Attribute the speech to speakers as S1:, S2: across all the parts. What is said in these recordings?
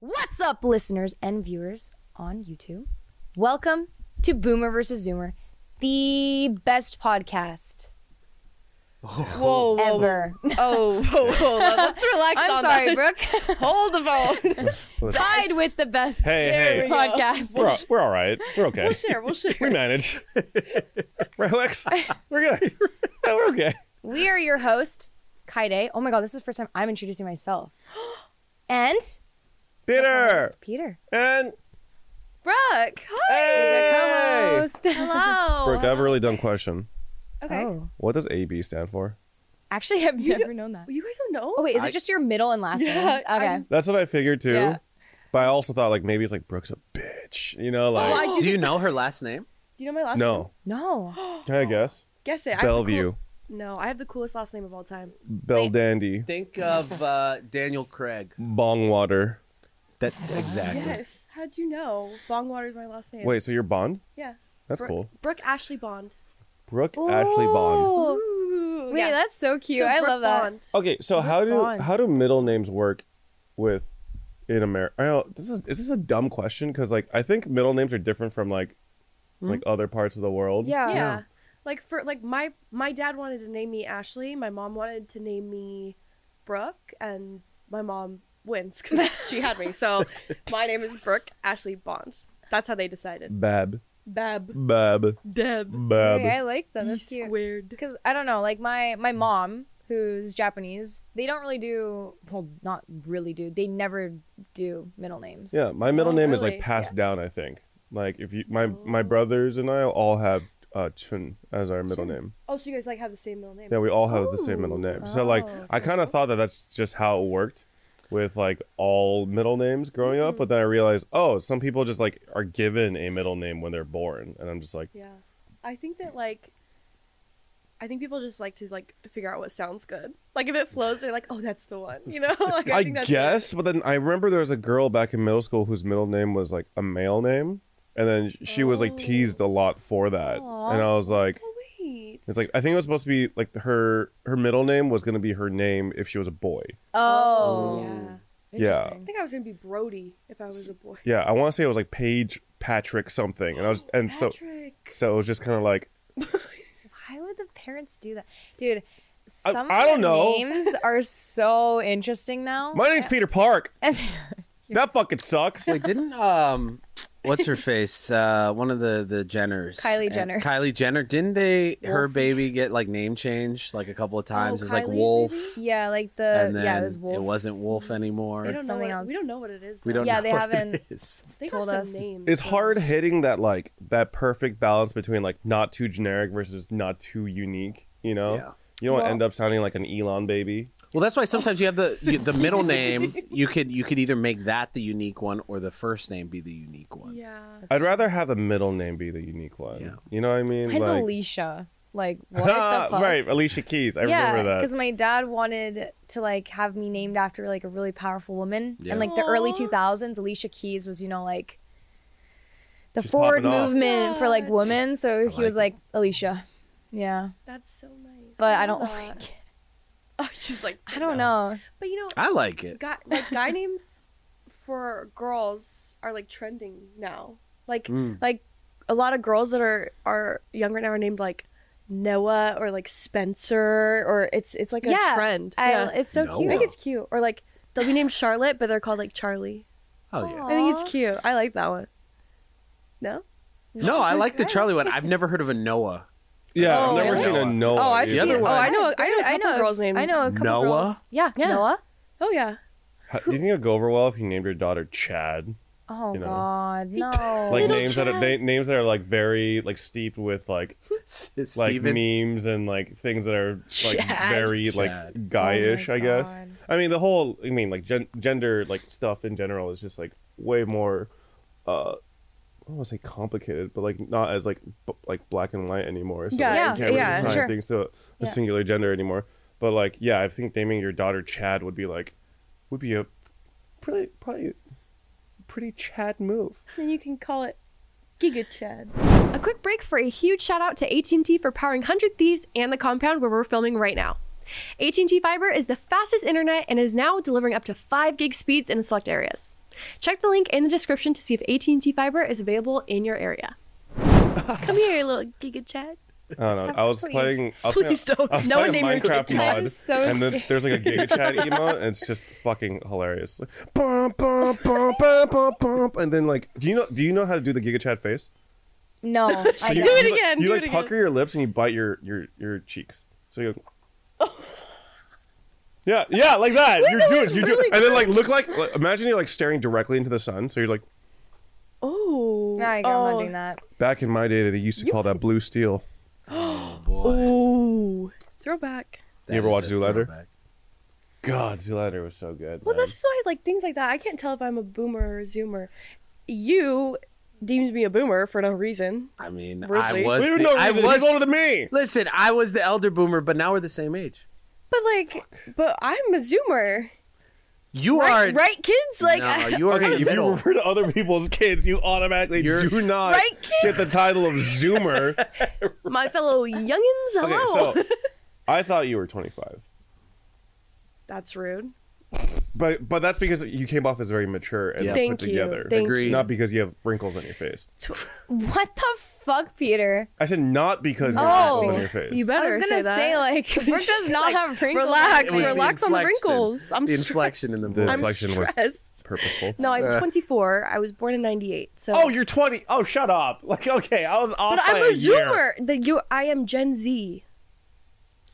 S1: What's up, listeners and viewers on YouTube? Welcome to Boomer versus Zoomer, the best podcast
S2: Whoa, whoa,
S1: ever.
S2: Oh, whoa, whoa. Let's relax
S1: I'm
S2: on
S1: sorry,
S2: that.
S1: Brooke.
S2: Hold the phone.
S1: Tied with the best
S3: Hey, hey.
S1: podcast.
S3: We're all, we're all right. We're okay.
S2: we'll share, we'll share.
S3: We manage. right, Lex? We're good. No, we're okay.
S1: We are your host, Kaide. Oh my god, this is the first time I'm introducing myself. And
S3: Peter
S1: Peter.
S3: and
S2: Brooke. Hi.
S3: hey.
S1: Host.
S2: Hello.
S3: Brooke, I have a really dumb question.
S2: Okay.
S1: Oh.
S3: What does AB stand for?
S1: Actually, I've never known that.
S2: You guys don't know?
S1: Oh wait, is
S3: I-
S1: it just your middle and last
S2: Yeah,
S1: name? Okay.
S2: I'm-
S3: That's what I figured too.
S1: Yeah.
S3: But I also thought like maybe it's like Brooke's a bitch. You know, like
S2: I
S4: Do you know her last name?
S2: Do you know my last name?
S3: no.
S1: No.
S3: Can I guess?
S2: Guess it. I have the
S3: Bellevue.
S2: cool- No, I have the coolest last name of all time.
S3: Bell
S1: Wait.
S3: Dandy.
S4: Think of uh, Daniel Craig.
S3: Bongwater.
S4: That exactly.
S2: Yes. How'd you know? Bongwater is my last name.
S3: Wait, so you're Bond?
S2: Yeah.
S3: That's
S2: Brooke-
S3: cool.
S2: Brooke Ashley Bond.
S3: Brooke Ashley Bond.
S1: Ooh.
S2: Ooh,
S1: Wait,
S2: yeah.
S1: that's so cute.
S2: So
S1: I
S2: Brooke
S1: love that.
S2: Bond.
S3: Okay, so
S1: Brooke
S3: how do
S1: Bond.
S3: how do middle names work with in America? I know this is is this a dumb question because like I think middle names are different from like like other parts of the world.
S1: Yeah.
S2: Hmm? Yeah.
S4: Yeah.
S2: Like for like my my dad wanted to name me Ashley. My mom wanted to name me Brooke, and my mom wins because she had me. So my name is Brooke Ashley Bond. That's how they decided.
S3: Bab,
S2: Bab
S3: bab,
S2: Deb
S3: bab.
S1: Wait, I like that.
S2: E
S1: That's cute.
S2: squared.
S1: Because I don't know, like my my mom, who's Japanese, they don't really do. Well, not really do. They never do middle names.
S3: Yeah, my middle
S2: Oh,
S3: name is
S2: really? Oh.
S3: like passed down. I think like if you my my brothers and I all have uh, Chun as our middle name.
S2: Oh, so you guys like have the same middle name?
S3: Yeah, we all have the same middle
S2: Ooh.
S3: name. So like
S1: Oh,
S3: I kind of thought that that's just how it worked with like all middle names growing up, but then
S2: Mm-hmm.
S3: I realized oh, some people just like are given a middle name when they're born, and I'm just like.
S2: Yeah. I think that like I think people just like to like figure out what sounds good. Like if it flows, they're like, oh, that's the one. You know? Like,
S3: I,
S2: think that's it.
S3: guess, but then I remember there was a girl back in middle school whose middle name was like a male name, and then she was
S2: Oh.
S3: like teased a lot for that,
S1: Aw.
S3: and I was like,
S2: Oh, wait.
S3: it's like I think it was supposed to be like her her middle name was gonna be her name if she was a boy.
S1: Oh.
S2: yeah. I
S1: Interesting.
S2: think I was gonna be Brody if I was a boy.
S3: Yeah, I want to say it was like Paige Patrick something, and I was and so
S2: Patrick.
S3: so it was just kind of like
S1: Why would the parents do that, dude?
S3: I-
S1: Some
S3: I
S1: of
S3: don't
S1: the
S3: know.
S1: Names are so interesting now.
S3: my name's Peter Park. That fucking sucks.
S4: Wait, didn't um, what's her face? Uh, one of the the Jenners,
S1: Kylie
S4: and-
S1: Jenner.
S4: Kylie Jenner. Didn't they her baby get like name changed like a couple
S1: Oh,
S4: of times? it was like
S2: Kylie's
S4: Wolf,
S2: baby?
S1: yeah, like the
S4: and then
S1: Uh, yeah, it was wolf.
S4: not Wolf
S2: We
S4: anymore.
S2: don't know
S1: something
S2: what,
S1: else.
S2: We don't know what it is.
S4: We
S2: though.
S4: don't.
S1: Yeah,
S4: know
S1: they
S4: what it is.
S2: They
S1: told
S2: have
S1: us.
S2: some names.
S3: It's
S2: though.
S3: hard hitting that like that perfect balance between like not too generic versus not too unique. You know,
S4: Yeah.
S3: you don't
S2: Well-
S3: end up sounding like an Elon baby.
S4: Well, that's why sometimes you have the you, the middle name. You could you could either make that the unique one or the first name be the unique one.
S2: Yeah.
S3: I'd rather have a middle name be the unique one.
S4: Yeah.
S3: You know what I mean?
S1: Mine's
S3: Like-
S1: Alicia. Like what the fuck?
S3: right, Alicia Keys. I
S1: yeah,
S3: remember
S1: because
S3: that.
S1: my dad wanted to like have me named after like a really powerful woman,
S4: Yeah.
S1: and like the early
S2: Aw.
S1: two thousands, Alicia Keys was you know like the
S3: She's
S1: forward
S3: popping off.
S1: movement for like
S2: Yeah.
S1: women. So he
S4: like
S1: was
S4: it.
S1: like Alicia, yeah,
S2: That's so nice.
S1: but I don't
S2: love
S1: like.
S2: that.
S1: It.
S2: She's like,
S1: I don't know.
S2: But you know,
S4: I like it.
S2: guy like guy names for girls are like trending now. Like
S4: Mm.
S2: like a lot of girls that are are younger now are named like Noah or like Spencer or it's it's like a
S1: Yeah,
S2: trend.
S1: I,
S2: yeah.
S1: It's so
S4: No.
S2: I
S1: cute.
S2: think it's cute. Or like they'll be named Charlotte, but they're called like Charlie.
S4: Oh yeah.
S2: I think
S1: Aw.
S2: it's cute. I like that one. No?
S4: No, I like the Charlie one. I've never heard of a Noah.
S3: Yeah,
S2: Oh,
S3: I've never
S2: really?
S3: seen a Noah.
S2: oh, I've
S3: either.
S4: The
S2: seen.
S4: other
S2: Oh,
S4: one-
S2: I know. I know.
S1: I
S2: I know.
S1: know-
S2: A girl's name.
S1: I know a couple
S4: Noah?
S1: girls. Yeah,
S2: Yeah.
S1: Noah.
S2: Oh yeah.
S3: How- Do you think it'd go over well if you named your daughter Chad?
S1: Oh
S3: You know.
S1: God, no.
S3: Like
S2: Little
S3: names that are
S2: Chad.
S3: na- names that are like very like steeped with like
S4: S-
S3: like
S4: Steven.
S3: memes and like things that are like
S2: Chad.
S3: very
S4: Chad.
S3: like guyish,
S1: Oh my
S3: I guess.
S1: God.
S3: I mean, the whole I mean like gen- gender like stuff in general is just like way more uh I don't want to say complicated, but like not as like b- like black and white anymore. So
S2: Yeah,
S3: like,
S1: yeah,
S3: you can't
S2: yeah,
S3: really assign
S1: sure.
S3: things to a
S1: Yeah.
S3: singular gender anymore. But like, yeah, I think naming your daughter Chad would be like would be a pretty probably pretty Chad move.
S2: Then you can call it Giga Chad.
S5: A quick break for a huge shout out to AT&T for powering 100 Thieves and the compound where we're filming right now. AT&T Fiber is the fastest internet and is now delivering up to 5 gig speeds in select areas. Check the link in the description to see if AT&T Fiber is available in your area. Come here, you little Giga Chat.
S3: I don't know. I was
S1: Please.
S3: playing. I was
S2: Please
S3: playing,
S2: don't.
S3: I was
S2: No one
S3: playing
S2: named your
S3: Minecraft
S2: kid.
S1: That
S3: mod,
S1: is so
S3: and then there's like a Giga Chat emote, and it's just fucking hilarious. It's like, bum, bum, bum, bum, bum, bum, and then like, do you know? Do you know how to do the Giga Chat face?
S1: No, I
S3: you,
S1: don't.
S5: it
S3: you, like-
S5: again,
S3: You
S5: do
S3: like
S5: it again.
S3: pucker your lips and you bite your your your cheeks. So you. go Yeah, yeah, like that. You're doing, you're doing, and then like look like, like, imagine you're like staring directly into the sun. So you're like,
S2: Oh.
S1: No, I'm
S2: Oh.
S1: not doing that.
S3: back in my day, they used to call that blue steel.
S4: Oh boy.
S2: Ooh. Throwback.
S4: That
S3: You ever
S4: is
S3: watch
S4: a
S3: Zoolander?
S4: throwback.
S3: God, Zoolander was so good.
S2: Well,
S3: man.
S2: that's why like things like that. I can't tell if I'm a boomer or a zoomer. You deemed me a boomer for no reason.
S4: I mean, I
S2: Really?
S4: was.
S3: We were
S4: the-
S3: no
S4: I
S3: reason.
S4: was.
S3: He's older than me.
S4: Listen, I was the elder boomer, but now we're the same age.
S2: But like, but I'm a zoomer.
S4: You
S2: Right,
S4: are
S2: right, kids. Like,
S4: no,
S2: I-
S4: you are
S3: Okay,
S4: in the
S3: if you
S4: middle.
S3: refer to other people's kids, you automatically
S4: You're-
S3: do not
S2: Right,
S3: get the title of Zoomer.
S2: my fellow youngins. Hello.
S3: okay, so I thought you were 25,
S2: That's rude.
S3: but but that's because you came off as very mature and
S4: Yeah.
S3: put
S2: Thank you.
S3: together,
S2: Thank
S4: Agreed.
S2: you.
S3: not because you have wrinkles on your face.
S1: Oh. What the fuck, Peter?
S3: I said not because you have
S1: Oh,
S3: wrinkles on your face.
S5: You
S1: I
S5: better
S1: was
S5: say
S1: gonna
S5: that.
S1: say, like Bert does not have wrinkles.
S2: Relax,
S4: It was the
S2: relax on the
S4: inflection.
S2: wrinkles. I'm
S4: the inflection in the
S3: The
S4: voice.
S2: I'm
S3: inflection was-
S2: stressed.
S3: Purposeful.
S2: No, I'm 24. I was born in 98. So.
S3: Oh, you're 20. Oh, shut up. Like okay, I was off
S2: But
S3: by
S2: I'm a
S3: a year.
S2: zoomer. The, you, I am Gen Z.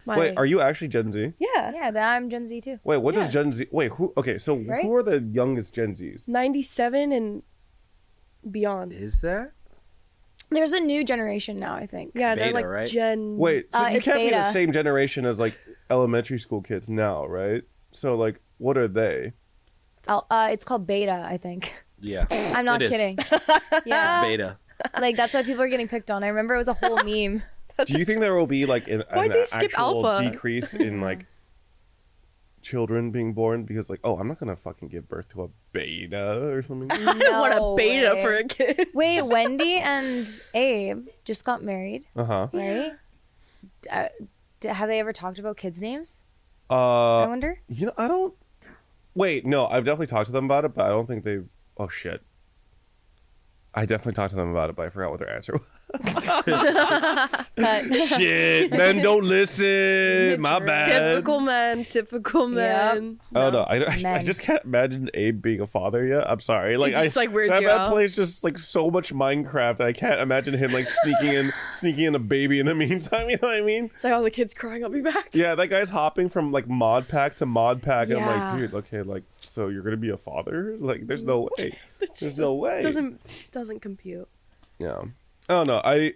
S2: My,
S3: Wait, are you actually Gen Z?
S2: yeah,
S1: Yeah, then I'm Gen Z too.
S3: Wait, what
S2: Yeah.
S3: does Gen Z? Wait, who? Okay, so
S1: Right?
S3: who are the youngest Gen Zs?
S2: 97 and beyond.
S4: Is that?
S1: There's a new generation now, I think.
S2: Yeah, they're
S4: Beta,
S2: like
S4: right?
S2: Gen.
S3: Wait, so
S1: Uh,
S3: you
S1: it's
S3: can't be the
S1: beta.
S3: same generation as like elementary school kids now, right? So like, what are they?
S1: I'll- uh, it's called beta, I think.
S4: Yeah.
S1: I'm not
S4: It is.
S1: kidding.
S4: It's
S2: Uh,
S1: Yeah,
S4: beta.
S1: like that's why people are getting picked on. I remember it was a whole meme.
S3: Do you think there will be like an,
S2: Why'd
S3: an
S2: they skip
S3: actual
S2: alpha?
S3: decrease in like children being born because like, oh, I'm not gonna fucking give birth to a beta or something.
S2: I don't want
S1: No
S2: a beta
S1: way.
S2: for a kid.
S1: Wait, Wendy and Abe just got married,
S3: Uh huh.
S1: right? D- Uh, d- have they ever talked about kids' names? I
S3: Uh,
S1: wonder.
S3: you know, I don't. Wait, no, I've definitely talked to them about it, but I don't think they've. Oh shit. I definitely talked to them about it, but I forgot what their answer was.
S1: But
S3: Shit, men don't listen. My bad.
S2: Typical man. Typical man.
S3: Oh no, I, I- I
S1: men.
S3: just can't imagine Abe being a father yet. I'm sorry, like
S2: just,
S3: I
S2: like, weirds
S3: that,
S2: you
S3: that
S2: out.
S3: plays just like so much Minecraft. I can't imagine him like sneaking in, sneaking in a baby in the meantime. You know what I mean?
S2: It's like all the kids crying. I'll be back.
S3: Yeah, that guy's hopping from like mod pack to mod pack, and I'm like,
S2: Yeah.
S3: dude, okay, like so you're gonna be a father? Like, there's no way.
S2: It's
S3: There's
S2: just-
S3: no way.
S2: Doesn't doesn't compute.
S3: Yeah. I don't know. I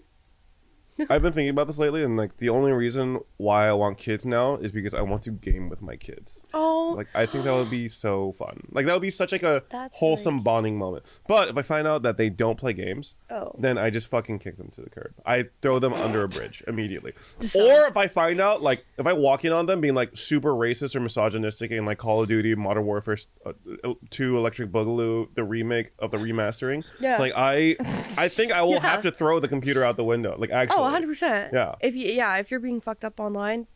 S3: I've been thinking about this lately, and like the only reason why I want kids now is because I want to game with my kids.
S2: Oh,
S3: Like I think that would be so fun. Like that would be such like a
S1: That's
S3: wholesome
S1: really
S3: bonding moment. But if I find out that they don't play games,
S2: oh.
S3: then I just fucking kick them to the curb. I throw them under a bridge immediately.
S2: Decide.
S3: Or if I find out, like, if I walk in on them being like super racist or misogynistic in like Call of Duty, Modern Warfare uh, uh, Two, Electric Boogaloo, the remake of the remastering,
S2: Yeah.
S3: like I, I think I will
S2: Yeah.
S3: have to throw the computer out the window. Like, actually,
S2: Oh, 100 percent.
S3: Yeah.
S2: If you, yeah, if you're being fucked up online,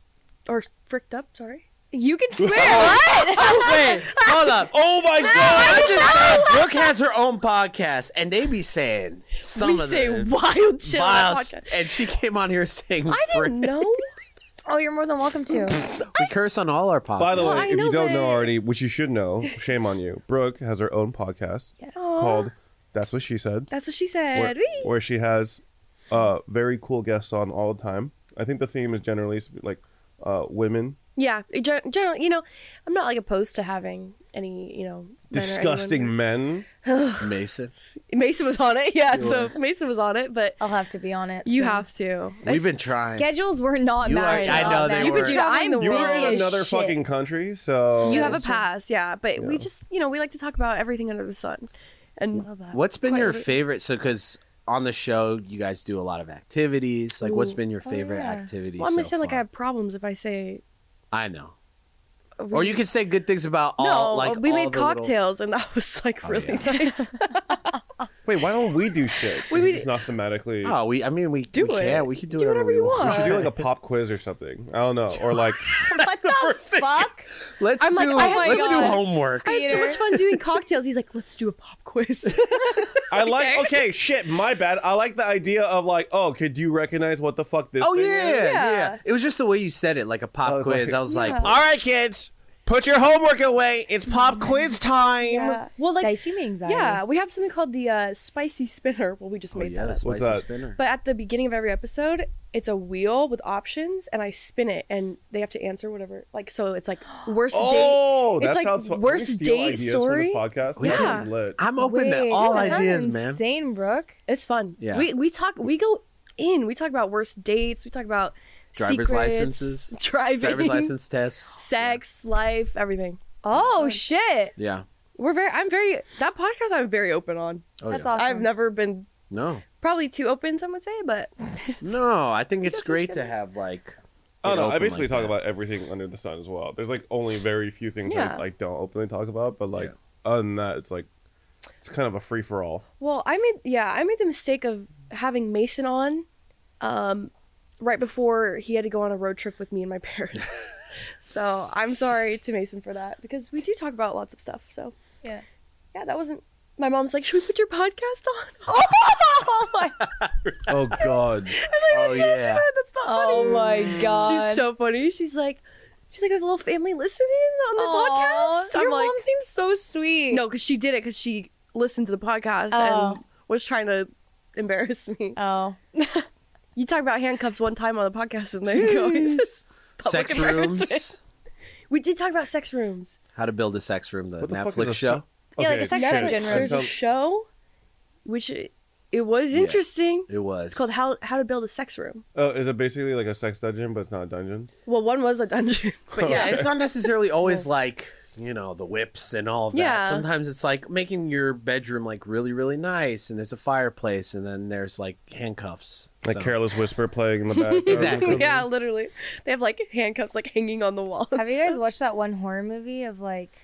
S2: or fricked up, sorry.
S1: you can swear. what?
S4: Wait, hold up.
S3: Oh my
S2: Ah!
S3: god!
S4: I just said Brooke has her own podcast, and they be saying some
S2: we
S4: of
S2: say
S4: the
S2: wild shit on
S4: vile
S2: the
S4: sh-
S2: podcast.
S4: and she came on here saying
S2: I didn't
S4: "Frick."
S2: know.
S1: Oh, you're more than welcome to.
S4: we curse on all our podcasts.
S3: By the
S2: Well,
S3: way,
S2: I
S3: if
S2: know,
S3: you don't know
S2: but-
S3: already, which you should know, shame on you. Brooke has her own podcast
S1: Yes.
S3: called "That's What She Said."
S2: That's what she
S3: where,
S2: said. Wee.
S3: where she has uh, very cool guests on all the time. I think the theme is generally like uh, women.
S2: Yeah, gen- generally, you know, I'm not like opposed to having any, you know, men or
S3: Disgusting
S2: anyone-
S3: men.
S4: Mason,
S2: Mason was on it, yeah.
S4: He
S2: so
S4: was.
S2: Mason was on it, but
S1: I'll have to be on it.
S2: you
S1: soon.
S2: have to.
S4: we've been trying.
S1: schedules were not
S4: You are-
S1: matched.
S4: I
S1: up,
S4: know they
S1: man.
S4: You were-
S1: Dude,
S2: traveling
S1: I'm
S2: the
S1: busy
S3: You
S2: world.
S3: are in
S1: as
S3: another
S1: shit.
S3: fucking country, so
S2: you have a
S1: that's true.
S2: pass, yeah. But we
S3: Yeah.
S2: just, you know, we like to talk about everything under the sun, and
S1: Love that.
S4: What's been
S2: Quite
S4: your
S2: late.
S4: favorite? So, because on the show you guys do a lot of activities. Like, what's
S2: Ooh. oh,
S4: been your favorite
S1: yeah.
S4: activity?
S2: well, I'm gonna
S4: so
S2: sound like I
S4: far?
S2: have problems if I say.
S4: I know. Or you could say good things about
S2: No,
S4: all. like
S2: we
S4: all
S2: made
S4: the little-
S2: cocktails, and that was like
S4: Oh,
S2: really
S4: yeah.
S2: nice.
S3: wait, why don't we do shit?
S2: We-
S3: Is it
S2: we-
S3: just not thematically.
S4: Oh, we. I mean, we
S2: Do
S4: we
S2: it.
S4: Can. We could do,
S2: Do
S4: whatever,
S2: whatever
S4: we
S2: you
S4: want.
S3: We should do
S2: want.
S3: like a pop quiz or something. I don't know, or like
S1: What the the fuck?
S4: Let's
S5: I'm like,
S4: do
S5: oh my
S4: let's do
S5: God.
S4: homework.
S5: I had so
S1: Peter.
S5: much fun doing cocktails. He's like, let's do a pop quiz.
S3: I like okay, shit, my bad. I like the idea of like, oh, could you recognize what the fuck this
S4: Oh
S3: thing
S4: yeah,
S3: is?
S4: yeah,
S2: Yeah.
S4: It was just the way you said it, like a pop
S3: I was
S4: quiz.
S3: like-
S4: I was like,
S2: Yeah.
S4: all right, kids, put your homework away. It's pop quiz time.
S2: Yeah.
S5: well, like,
S1: Dicey me anxiety.
S2: Yeah, we have something called the uh, spicy spinner. Well, we just
S4: Oh
S2: made
S4: yeah,
S2: that
S4: the
S2: up.
S4: spicy
S3: that?
S4: spinner.
S2: But at the beginning of every episode, it's a wheel with options, and I spin it, and they have to answer whatever. Like, so it's like worst date.
S3: Oh,
S2: It's
S3: that
S2: like
S3: sounds fun. Can we
S2: worst
S3: steal
S2: date
S3: ideas
S2: story?
S3: From this podcast? That
S4: Yeah.
S3: sounds lit.
S4: I'm
S1: Wait,
S4: open to all
S1: that sounds
S4: ideas, man.
S1: Insane, Brooke.
S2: It's fun.
S4: Yeah.
S2: We we talk. We go in. We talk about worst dates. We talk about
S4: Driver's
S2: secrets,
S4: licenses,
S2: driving,
S4: driver's license tests.
S2: sex, life, everything.
S1: Oh shit.
S4: Yeah.
S2: We're very. I'm very. That podcast. I'm very open on.
S4: Oh,
S1: That's
S4: yeah.
S1: awesome.
S2: I've never been
S4: No,
S2: probably too open. Some would say, but
S4: no. I think it's
S2: doesn't
S4: great
S2: care.
S4: to have like.
S3: Oh
S4: it
S3: no, I
S4: open
S3: basically
S4: like
S3: talk
S4: that.
S3: about everything under the sun as well. There's like only very few things
S2: Yeah.
S3: I like don't openly talk about, but like other than that, it's like it's kind of a free for all.
S2: Well, I made yeah, I made the mistake of having Mason on um right before he had to go on a road trip with me and my parents. so, I'm sorry to Mason for that because we do talk about lots of stuff. So,
S1: Yeah.
S2: yeah, that wasn't my mom's like, "Should we put your podcast on?"
S1: Oh my.
S3: Oh god.
S4: Oh yeah.
S2: That's not
S1: Oh my god.
S2: She's so funny. She's like she's like a little family listening on the
S1: Aw,
S2: podcast.
S1: Your
S2: I'm like,
S1: mom seems so sweet.
S2: no, cuz she did it cuz she listened to the podcast
S1: Oh.
S2: and was trying to embarrass me.
S1: Oh.
S2: You talk about handcuffs one time on the podcast, and there you go. It's just public
S4: Sex
S2: embarrassment.
S4: rooms.
S2: We did talk about sex rooms.
S4: How to build a sex room. The,
S3: What the fuck is
S4: Netflix
S3: a
S4: show.
S3: se-
S1: Yeah, like a
S3: Okay,
S1: sex
S3: shit.
S1: dungeon room.
S2: there's a
S3: So-
S2: show, which it, it was
S4: Yeah.
S2: interesting.
S4: It was.
S2: It's called how how to build a sex room.
S3: Oh, is it basically like a sex dungeon, but it's not a dungeon?
S2: Well, one was a dungeon, but yeah,
S4: yeah,
S2: it's
S4: it's not necessarily always like you know the whips and all of that.
S2: Yeah.
S4: Sometimes it's like making your bedroom like really really nice, and there's a fireplace, and then there's like handcuffs.
S3: Like
S4: So-
S3: Careless Whisper playing in the background. or
S4: Exactly.
S3: something?
S2: yeah, literally. They have like handcuffs like hanging on the wall.
S1: Have you guys watched that one horror movie of like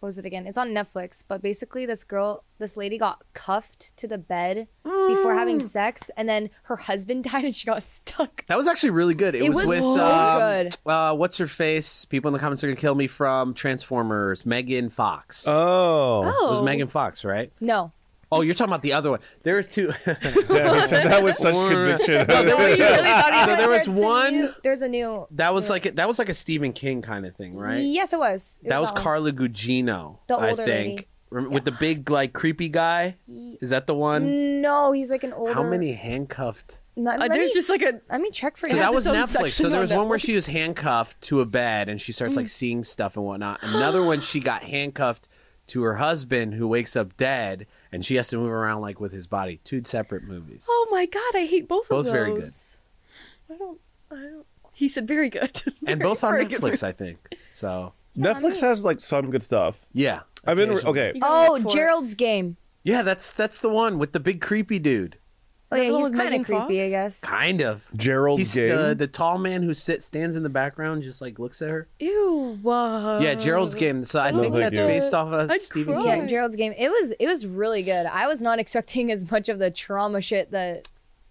S1: what was it again? It's on Netflix, but basically this girl, this lady got cuffed to the bed before having
S4: Mm.
S1: sex and then her husband died and she got stuck.
S4: That was actually really good. It,
S1: It
S4: was,
S1: was
S4: with
S1: so
S4: um,
S1: good.
S4: Uh, what's her face? People in the comments are gonna kill me from Transformers. Megan Fox.
S3: Oh.
S4: it was
S2: Oh.
S4: Megan Fox, right?
S1: No.
S4: Oh, you're talking about the other one. There was two.
S2: Oh.
S3: That, was, that was such
S4: Or-
S3: conviction.
S4: so there was
S1: There's a
S4: one
S1: new- there's a new
S4: that was like a, that was like a Stephen King kind of thing, right?
S1: Yes, it was. It
S4: that was
S1: one.
S4: Carla Gugino,
S1: The
S4: I
S1: older
S4: think,
S1: lady.
S4: Rem- with the big like creepy guy. Is that the one?
S1: No, he's like an Mm, older.
S4: How many handcuffed?
S1: Let,
S2: Uh,
S1: let
S2: there's
S1: me,
S2: just like a
S1: let me check for
S4: So
S1: you.
S4: that
S2: has
S4: was
S2: its own
S4: Netflix. So
S2: section
S4: there
S2: on
S4: was one where she was handcuffed to a bed and she starts like seeing stuff and whatnot. Another one she got handcuffed to her husband who wakes up dead and she has to move around like with his body. Two separate movies.
S2: oh my god, I hate both, of
S4: Both
S2: those.
S4: very good.
S2: I don't. I don't. He said very good.
S4: and
S2: Very-
S4: both on
S2: very good.
S4: Netflix, I think. So
S3: Netflix has like some good stuff.
S4: yeah.
S3: I've been re-
S4: Occasionally.
S3: okay.
S2: You gotta
S1: Oh,
S2: look for it.
S1: Gerald's game.
S4: Yeah, that's that's the one with the big creepy dude.
S1: Oh,
S2: that
S1: yeah,
S2: the one
S1: he's
S2: with
S1: kind
S2: Megan
S1: of creepy, I
S2: Fox?
S1: guess.
S4: Kind of.
S3: Gerald's
S4: He's
S3: game.
S4: the, the tall man who sits stands in the background, just like looks at her.
S2: Ew. Uh,
S4: Yeah, Gerald's game. So I
S3: No,
S4: think
S3: thank
S4: that's
S3: you.
S4: based off of
S2: I'd
S4: Stephen
S2: cry.
S1: Yeah,
S4: King.
S2: Right.
S1: Gerald's game. It was it was really good. I was not expecting as much of the trauma shit that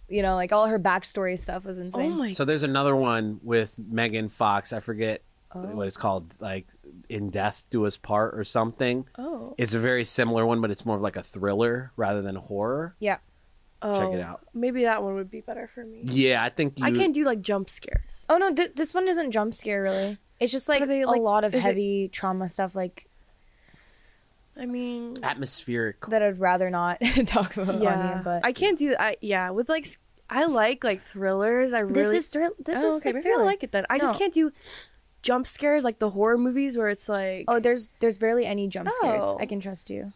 S1: you know, like all her backstory stuff was
S2: Oh
S1: insane.
S2: my.
S4: So there's another one with Megan Fox. I forget what it's called, like "In Death Do Us Part" or something.
S2: Oh.
S4: It's a very similar one, but it's more of like a thriller rather than horror.
S1: yeah.
S4: Check it
S2: Oh,
S4: out.
S2: Maybe that one would be better for me.
S4: Yeah, I think you,
S2: I can't do like jump scares.
S1: Oh no, th- this one isn't jump scare really. It's just like,
S2: are they,
S1: a
S2: like-
S1: lot of
S2: is it-
S1: heavy trauma stuff like
S2: I mean,
S4: atmospheric.
S1: that I'd rather not talk about on
S2: yeah,
S1: here, but
S2: I can't do. I yeah, with like s- I like like thrillers. I
S1: this
S2: really
S1: is thrill this
S2: oh,
S1: is
S2: okay.
S1: like
S2: Maybe I
S1: thriller.
S2: like it then. I just
S1: No.
S2: can't do jump scares like the horror movies where it's like
S1: Oh, there's there's barely any jump scares.
S2: Oh.
S1: I can trust you.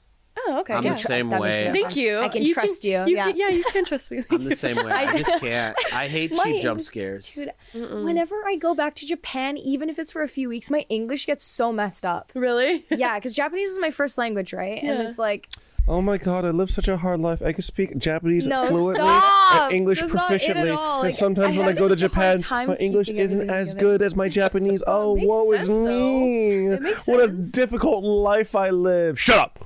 S2: oh okay
S4: I'm
S2: yeah.
S4: the same
S1: That makes
S4: way.
S1: no
S4: Thank
S1: sense.
S2: Thank you.
S1: I can
S2: You
S1: trust you.
S2: you
S1: yeah.
S2: can- yeah you can trust me.
S4: I'm the same way. I just can't. I hate
S1: My
S4: cheap jump
S1: English-
S4: scares.
S1: Dude, whenever I go back to Japan, even if it's for a few weeks, my English gets so messed up.
S2: really?
S1: yeah, because Japanese is my first language, right? And
S2: Yeah.
S1: it's like,
S3: Oh my god, I live such a hard life. I could speak Japanese
S1: No,
S3: fluently
S1: stop!
S3: and English
S1: That's not it at
S3: proficiently.
S1: all.
S3: And
S1: Like,
S3: sometimes
S1: I
S3: when I
S1: have
S3: go to
S1: such a hard
S3: Japan,
S1: time
S3: my English
S1: piecing everything
S3: isn't as
S1: together.
S3: good as my Japanese. Oh,
S2: makes
S3: woe is
S2: sense, though.
S3: me.
S2: It makes
S3: What a
S2: sense.
S3: difficult life I live. Shut up.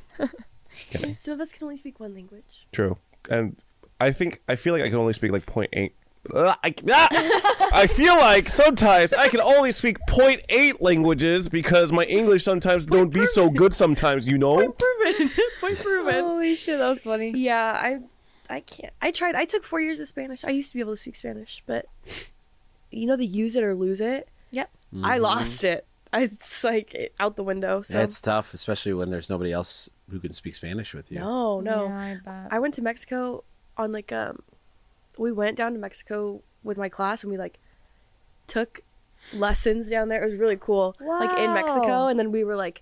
S2: Some of us can only speak one language.
S3: True. And I think I feel like I can only speak like point eight I, ah! I feel like sometimes I can only speak 0.8 languages because my English sometimes don't be so good sometimes, you know?
S5: Proven. Point proven.
S1: Holy shit, that was funny.
S2: Yeah, I I can't. I tried. I took four years of Spanish. I used to be able to speak Spanish, but you know the use it or lose it.
S1: Yep.
S2: I lost it. I, it's like it- out the window. So
S4: That's tough, especially when there's nobody else who can speak Spanish with you.
S2: no, no.
S1: Yeah, Oh, I bet.
S2: I went to Mexico on like um, we went down to Mexico with my class and we like took lessons down there. It was really cool. Like in Mexico,
S1: Wow.
S2: and then we were like,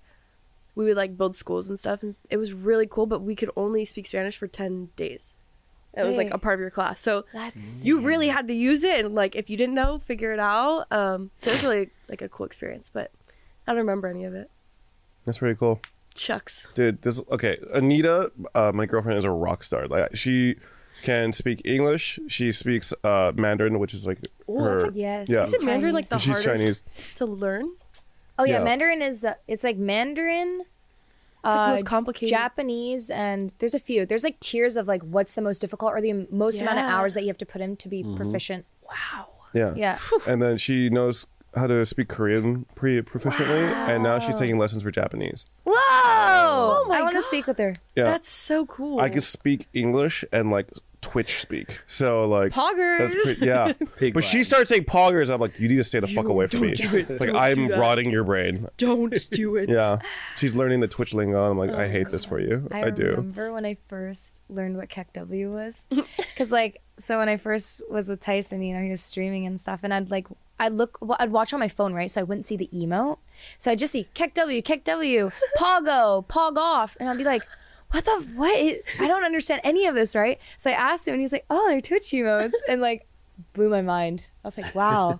S2: we would like build schools and stuff, and it was really cool. But we could only speak Spanish for ten days. It was like
S1: Hey.
S2: a part of your class. So
S1: That's
S2: you really had to use it and like if you didn't know figure it out um so it was really like a cool experience but i don't remember any of it
S3: That's pretty cool.
S2: shucks
S3: Dude, this okay. Anita, uh, my girlfriend is a rock star. Like she can speak English. She speaks uh, Mandarin, which is like
S2: Ooh, that's
S3: her.
S2: like-
S1: yes.
S3: Yeah.
S2: isn't mandarin like the
S3: She's
S2: hardest
S3: um, Chinese.
S2: to learn it's
S1: Oh yeah,
S3: Yeah.
S1: Mandarin is uh, it's like Mandarin,
S2: like the
S1: uh,
S2: most complicated
S1: Japanese, and there's a few. There's like tiers of like what's the most difficult or the most amount of
S2: Yeah.
S1: hours that you have to put in to be
S4: Mm-hmm.
S1: proficient.
S2: wow
S3: Yeah.
S1: Yeah.
S3: And then she knows how to speak Korean pretty proficiently, and now she's taking lessons for Japanese.
S1: Whoa! Oh
S2: my
S1: I want to
S2: God.
S1: speak with her.
S3: Yeah.
S2: that's so cool
S3: I can speak English and like Twitch speak. So like
S2: poggers
S3: That's pretty, yeah.
S4: Pig
S3: but she
S4: Latin.
S3: starts saying poggers. I'm like, you need to stay the fuck away from me. like I'm
S2: that.
S3: rotting your brain.
S2: don't do it
S3: Yeah. She's learning the Twitch lingo. And I'm like, I hate this for you. I, do.
S1: remember when I first learned what Keck W was. Because, like, so when I first was with Tyson, you know, he was streaming and stuff, and I'd like, I'd look, well, I'd watch on my phone, right? So I wouldn't see the emote. So I'd just see Keck W, Keck W, Pogo, Pog off. And I'd be like, what the, what? Is, I don't understand any of this, right? So I asked him, and he's like, oh, they're Twitch emotes. And like, blew my mind. I was like, wow.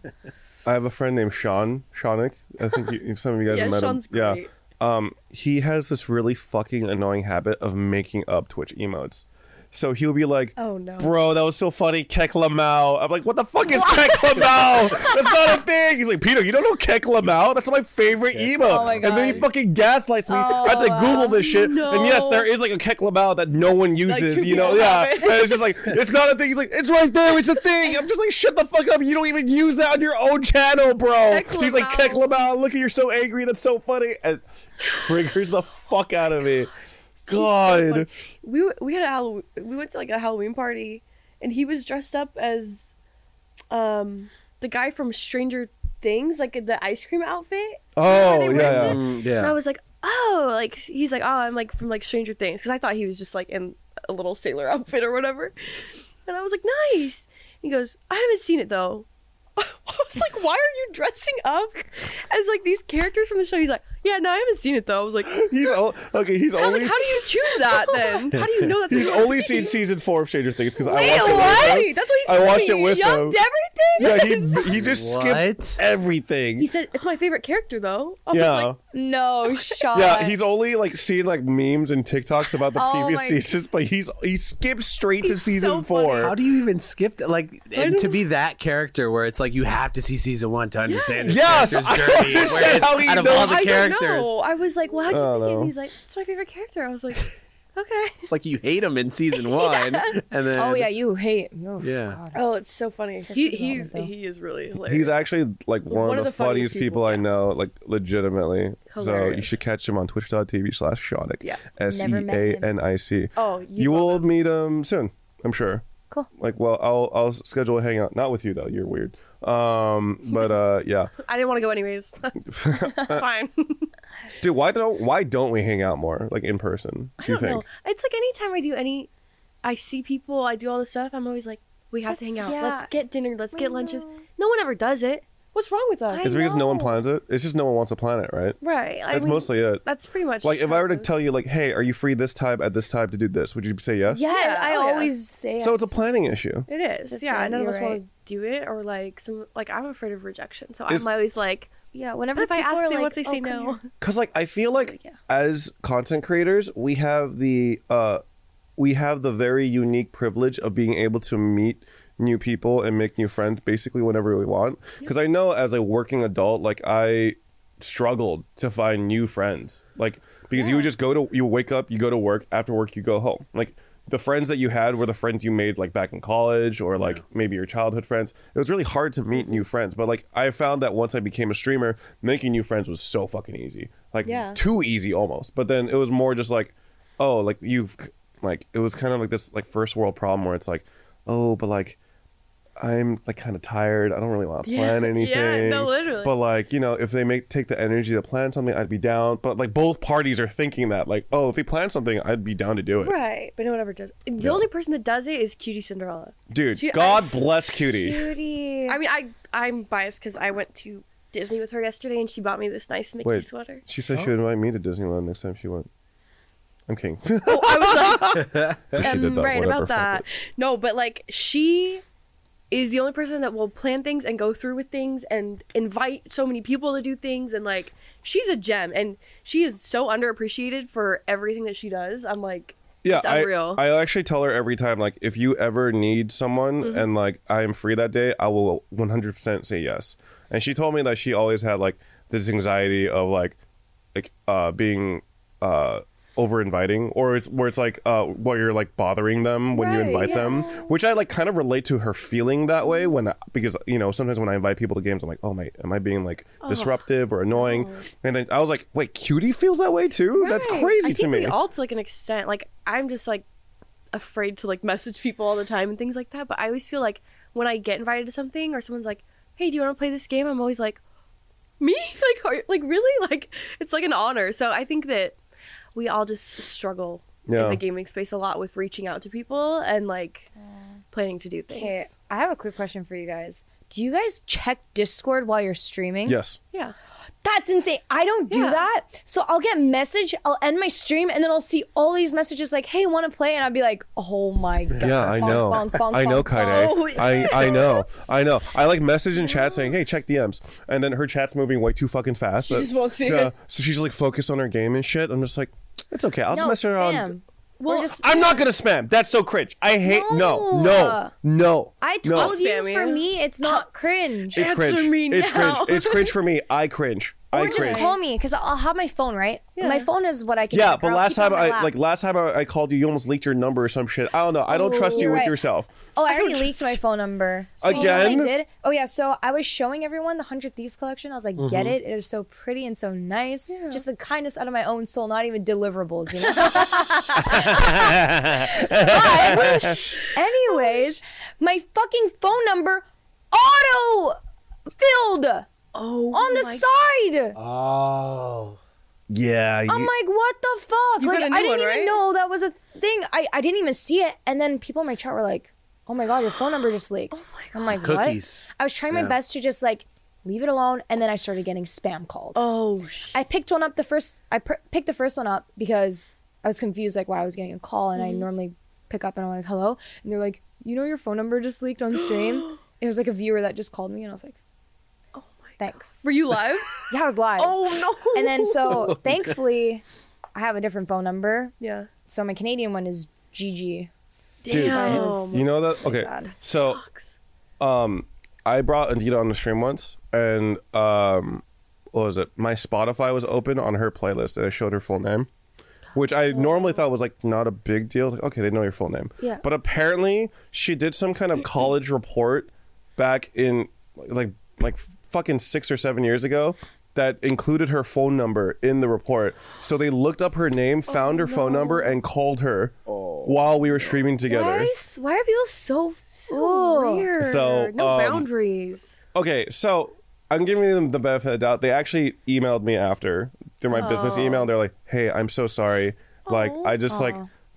S3: I have a friend named Sean Shaunick. I think you, some of you guys
S2: yeah
S3: have met
S2: sean's
S3: him.
S2: great
S3: Yeah. Um, he has this really fucking annoying habit of making up Twitch emotes. So he'll be like,
S2: oh no
S3: Bro, that was so funny, Keck Lamau. I'm like, what the fuck is Keck Lamau? That's not a thing. He's like, Peter, you don't know Keck Lamau? That's my favorite emo.
S1: Oh my
S3: and then he
S1: God.
S3: fucking gaslights me. I have to
S1: Oh,
S3: Google this shit. And yes,
S2: no.
S3: there is like a Keck Lamau that no one uses,
S2: two
S3: you know?
S2: people
S3: Yeah.
S2: have it.
S3: And it's just like, it's not a thing. He's like, it's right there. It's a thing. I'm just like, shut the fuck up. You don't even use that on your own channel, bro.
S2: Keck
S3: He's like,
S2: Lamau.
S3: Keck Lamau, look at you're so angry. That's so funny. And triggers the fuck out of me.
S2: so
S3: God.
S2: funny. we w- we had a Halloween. We went to like a Halloween party, and he was dressed up as, um, the guy from Stranger Things, like the ice cream outfit.
S3: Oh,
S2: Remember they
S3: yeah,
S2: went
S3: yeah.
S2: to-
S4: Mm,
S2: And I
S4: yeah.
S2: was like, oh, like he's like, oh, I'm like from like Stranger Things, because I thought he was just like in a little sailor outfit or whatever. And I was like, nice. He goes, I haven't seen it though. I was like, why are you dressing up as like these characters from the show? He's like, yeah, no, I haven't seen it though. I was like, how,
S3: He's o- okay. He's
S2: like,
S3: only
S2: how do you choose that then? How do you know that's
S3: he's
S2: what you're
S3: only seen
S2: thinking?
S3: season four of Stranger Things because I
S2: Wait,
S3: watched it.
S2: what?
S3: With him.
S2: That's what he
S3: I
S2: told
S3: watched
S2: me.
S3: it
S2: He
S3: with
S2: jumped
S3: him.
S1: Everything?
S3: Yeah, he he just
S4: What?
S3: skipped everything.
S2: He said it's my favorite character though. I was
S3: yeah,
S2: like, uh,
S1: No, Sean.
S3: yeah. He's only like seen like memes and TikToks about the
S1: Oh
S3: previous
S1: my-
S3: seasons, but he's he skipped straight to
S2: He's so
S3: season
S2: funny.
S3: four.
S4: How do you even skip that? Like, and to be that character where it's like you have to see season one to understand this
S3: Yes,
S4: character's
S3: I
S4: journey.
S3: understand
S4: whereas
S3: how he
S4: out of
S3: knows-
S4: all the
S2: I don't
S4: characters,
S2: know. I was like, well, how do
S3: I don't
S2: you think?
S3: know.
S2: And he's like, it's my favorite character. I was like, okay.
S4: it's like you hate him in season one, and then
S1: Oh, yeah, you hate. Oh,
S4: Yeah.
S1: God.
S2: Oh, it's so funny.
S1: He-
S2: He
S1: he's-
S2: he's he is really hilarious.
S3: He's actually like one, of the, funniest people, I
S2: yeah.
S3: know, like legitimately. So you
S2: Hilarious.
S3: should catch him on twitch.tv slash Shonic.
S2: Yeah.
S3: S E
S1: Never met
S3: A
S1: him.
S3: N I C.
S2: oh, you,
S3: You will meet him soon, I'm sure.
S1: Cool.
S3: Like, well, I'll I'll schedule a hangout. Not with you though. You're weird. Um, but uh, yeah,
S2: I didn't want to go anyways. it's fine.
S3: dude. Why don't why don't we hang out more like in person?
S2: I
S3: do you
S2: don't
S3: think?
S2: know. It's like anytime I do any, I see people, I do all this stuff. I'm always like, we have to hang out.
S1: Yeah.
S2: Let's get dinner. Let's
S1: I
S2: get lunches.
S1: know.
S2: No one ever does it. What's wrong with us?
S1: I-
S3: It's because no one
S1: know.
S3: plans it. It's just no one wants to plan it, right?
S2: right. I
S3: That's
S2: mean,
S3: mostly it.
S2: That's pretty much.
S3: Like, if I were to
S2: childhood.
S3: tell you, like, hey, are you free this time at this time to do this? Would you say yes?
S1: Yeah,
S2: Yeah,
S1: I
S2: oh, yeah.
S1: always say
S3: So
S1: it.
S3: it's a planning issue.
S2: It is,
S1: That's
S2: yeah.
S1: it,
S2: None of
S1: you're
S2: us want
S1: right.
S2: to do it, or like some, like I'm afraid of rejection, so
S3: Is-
S2: I'm always like,
S1: yeah. Whenever
S2: what if I
S1: people
S2: ask
S1: are
S2: them, what
S1: like,
S2: if they
S1: "Oh,
S2: say
S1: come
S2: no?
S1: here."
S3: Cause like I feel like
S2: Yeah.
S3: as content creators, we have the uh, we have the very unique privilege of being able to meet new people and make new friends basically whenever we want. Because I know as a working adult, like I struggled to find new friends, like because you would just go to you wake up, you go to work, after work you go home, like. the friends that you had were the friends you made like back in college or like maybe your childhood friends. It was really hard to meet new friends, but like I found that once I became a streamer, making new friends was so fucking easy. Like
S2: Yeah.
S3: too easy almost. But then it was more just like oh, like you've like it was kind of like this like first world problem where it's like oh, but like I'm like kind of tired. I don't really want to plan anything.
S5: literally.
S3: But like you know, if they make take the energy to plan something, I'd be down. But like both parties are thinking that like, oh, if we plan something, I'd be down to do it,
S2: Right, but no one ever does. The only person that does it is Cutie Cinderella.
S3: dude.
S2: She-
S3: God bless cutie.
S1: Cutie.
S2: I mean, I I'm biased because I went to Disney with her yesterday, and she bought me this nice Mickey
S3: Wait.
S2: sweater.
S3: She said she would invite me to Disneyland next time she went. I'm kidding.
S2: Oh, I was like,
S3: But she
S2: um,
S3: did that,
S2: right
S3: whatever,
S2: about
S3: fuck
S2: that.
S3: it.
S2: No, but like she is the only person that will plan things and go through with things and invite so many people to do things and like she's a gem and she is so underappreciated for everything that she does. I'm like,
S3: Yeah,
S2: it's
S3: I,
S2: unreal.
S3: I actually tell her every time, like, if you ever need someone
S2: Mm-hmm.
S3: and like I am free that day, I will 100% say yes. And she told me that she always had like this anxiety of like, like uh, being uh, over inviting, or it's where it's like uh, where you're like bothering them when you
S2: Right,
S3: invite them,
S2: yeah.
S3: which I like kind of relate to her feeling that way when because you know sometimes when I invite people to games, I'm like, oh my, am I being like disruptive or annoying? And then I was like, wait, cutie feels that way too. That's
S2: Right.
S3: crazy
S2: I
S3: to
S2: think
S3: me.
S2: We all to like an extent. Like I'm just like afraid to like message people all the time and things like that. But I always feel like when I get invited to something or someone's like, "Hey, do you want to play this game?" I'm always like, "Me? Like, are, like really? Like it's like an honor." So I think that we all just struggle
S3: Yeah.
S2: in the gaming space a lot with reaching out to people and like planning to do things.
S1: okay, I have a quick question for you guys. Do you guys check Discord while you're streaming?
S3: yes.
S2: Yeah.
S1: That's insane. I don't do
S2: Yeah.
S1: that. So I'll get message, I'll end my stream, and then I'll see all these messages like, hey, wanna play? And I'll be like, oh my god.
S3: Yeah, I
S1: Bonk,
S3: know.
S1: bonk, bonk,
S3: I know,
S1: bonk,
S3: Kaide.
S1: bonk.
S3: I, I know. I know. I like message in chat saying, hey, check DMs. And then her chat's moving way too fucking fast. She
S2: just won't see
S3: so,
S2: it.
S3: so she's like focused on her game and shit. I'm just like, it's okay. I'll just
S1: No,
S3: mess her
S1: spam.
S3: on.
S1: Well, just,
S3: I'm not going to spam. That's so cringe. I hate. No, no,
S1: No.
S3: no.
S1: I
S3: no.
S1: told you,
S2: Spam
S1: for
S2: you.
S1: me, it's not cringe.
S3: It's
S2: Answer
S3: cringe.
S2: me
S3: It's
S2: now.
S3: cringe. It's cringe for me. I cringe. I
S1: Or just
S3: cringe.
S1: call me, because I'll have my phone, right? My phone is what I can
S3: yeah,
S1: check, or
S3: but
S1: I'll
S3: last
S1: keep it on
S3: time
S1: my
S3: I
S1: lap.
S3: like last time I, I called you, you almost leaked your number or some shit. I don't know. I don't trust you
S1: You're
S3: with
S1: right.
S3: yourself.
S1: Oh, I already leaked my phone number. So You
S3: Again?
S1: know what I did? Oh yeah, so I was showing everyone the Hundred Thieves collection. I was like, get it? It is so pretty and so nice. Just the kindness out of my own soul, not even deliverables, you know. but anyways, my fucking phone number auto filled
S2: Oh,
S1: on the
S2: my-
S1: side.
S4: Oh.
S3: Yeah,
S1: I'm
S3: you-
S1: like, what the fuck?
S2: You got
S1: like,
S2: a new
S1: I didn't
S2: one,
S1: even
S2: right?
S1: know that was a thing. I, I didn't even see it. And then people in my chat were like, oh my God, your phone number just leaked. Oh my God. I'm like,
S4: Cookies.
S1: what? I was trying my
S4: Yeah.
S1: best to just like leave it alone. And then I started getting spam calls.
S2: Oh shit.
S1: I picked one up the first, I pr- picked the first one up because I was confused, like, why I was getting a call. And I
S2: Mm-hmm.
S1: normally pick up and I'm like, hello. And they're like, you know, your phone number just leaked on stream. it was like a viewer that just called me. And I was like,
S2: Oh my.
S1: thanks.
S2: Were you live?
S1: yeah, I was live.
S2: oh no.
S1: And then so thankfully, I have a different phone number.
S2: yeah.
S1: So my Canadian one is Gigi.
S3: Dude,
S2: Damn.
S3: you know that? Okay.
S1: sad.
S3: So
S2: Sucks.
S3: um I brought Anita on the stream once and um what was it? My Spotify was open on her playlist and I showed her full name. Which I normally thought was like not a big deal. It's Like, okay, they know your full name.
S1: Oh. Yeah.
S3: But apparently she did some kind of college report back in like like fucking six or seven years ago that included her phone number in the report. So they looked up her name, found
S1: Oh,
S3: her phone number, and called her while we were streaming together.
S1: Why, s- why are people so,
S2: So
S1: Ooh.
S2: weird.
S3: So,
S2: no
S3: um,
S2: boundaries.
S3: Okay, so I'm giving them the benefit of the doubt. They actually emailed me after through my
S2: Oh.
S3: business email. They're like, "Hey, I'm so sorry. Like, I just like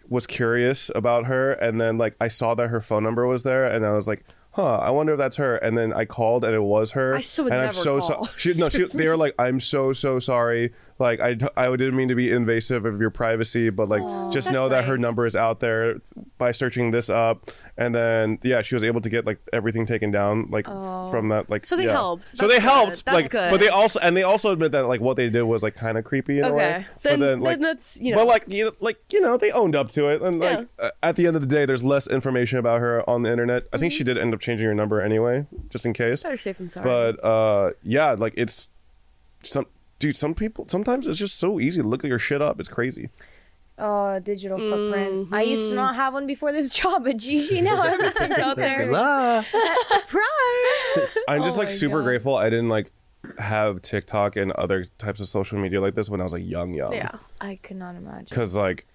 S3: was curious about her, and then like I saw that her phone number was there, and I was like." Huh, I wonder if that's her. And then I called and it was her.
S2: I still would
S3: and
S2: never call.
S3: She, no, she, they were like, I'm so, so sorry. Like, I, I didn't mean to be invasive of your privacy, but like, just
S2: that's
S3: know that her
S2: nice.
S3: number is out there by searching this up. And then, yeah, she was able to get like everything taken down, like
S2: Oh.
S3: from that, like,
S2: So they
S3: yeah.
S2: helped.
S3: So
S2: That's
S3: they helped.
S2: good. That's
S3: like,
S2: good.
S3: but they also and they also admit that like what they did was like kind of creepy in a way.
S2: Okay.
S3: But
S2: Then,
S3: then
S2: then,
S3: like.
S2: that's you know.
S3: But like you know, like you know, they owned up to it, and
S2: Yeah.
S3: like uh, at the end of the day, there's less information about her on the internet. I think she
S2: Mm-hmm.
S3: did end up changing her number anyway, just in case.
S2: better safe than sorry.
S3: But uh, yeah, like it's some dude. Some people sometimes it's just so easy to look your shit up. It's crazy.
S1: uh, digital footprint. I used to
S3: Mm-hmm.
S1: not have one before this job, but Gigi now everything's out there.
S4: La.
S1: Surprise!
S3: I'm just
S1: Oh
S3: like
S1: my
S3: super
S1: God.
S3: grateful I didn't like have TikTok and other types of social media like this when I was like young, young.
S2: Yeah.
S1: I could not imagine.
S3: Cause like,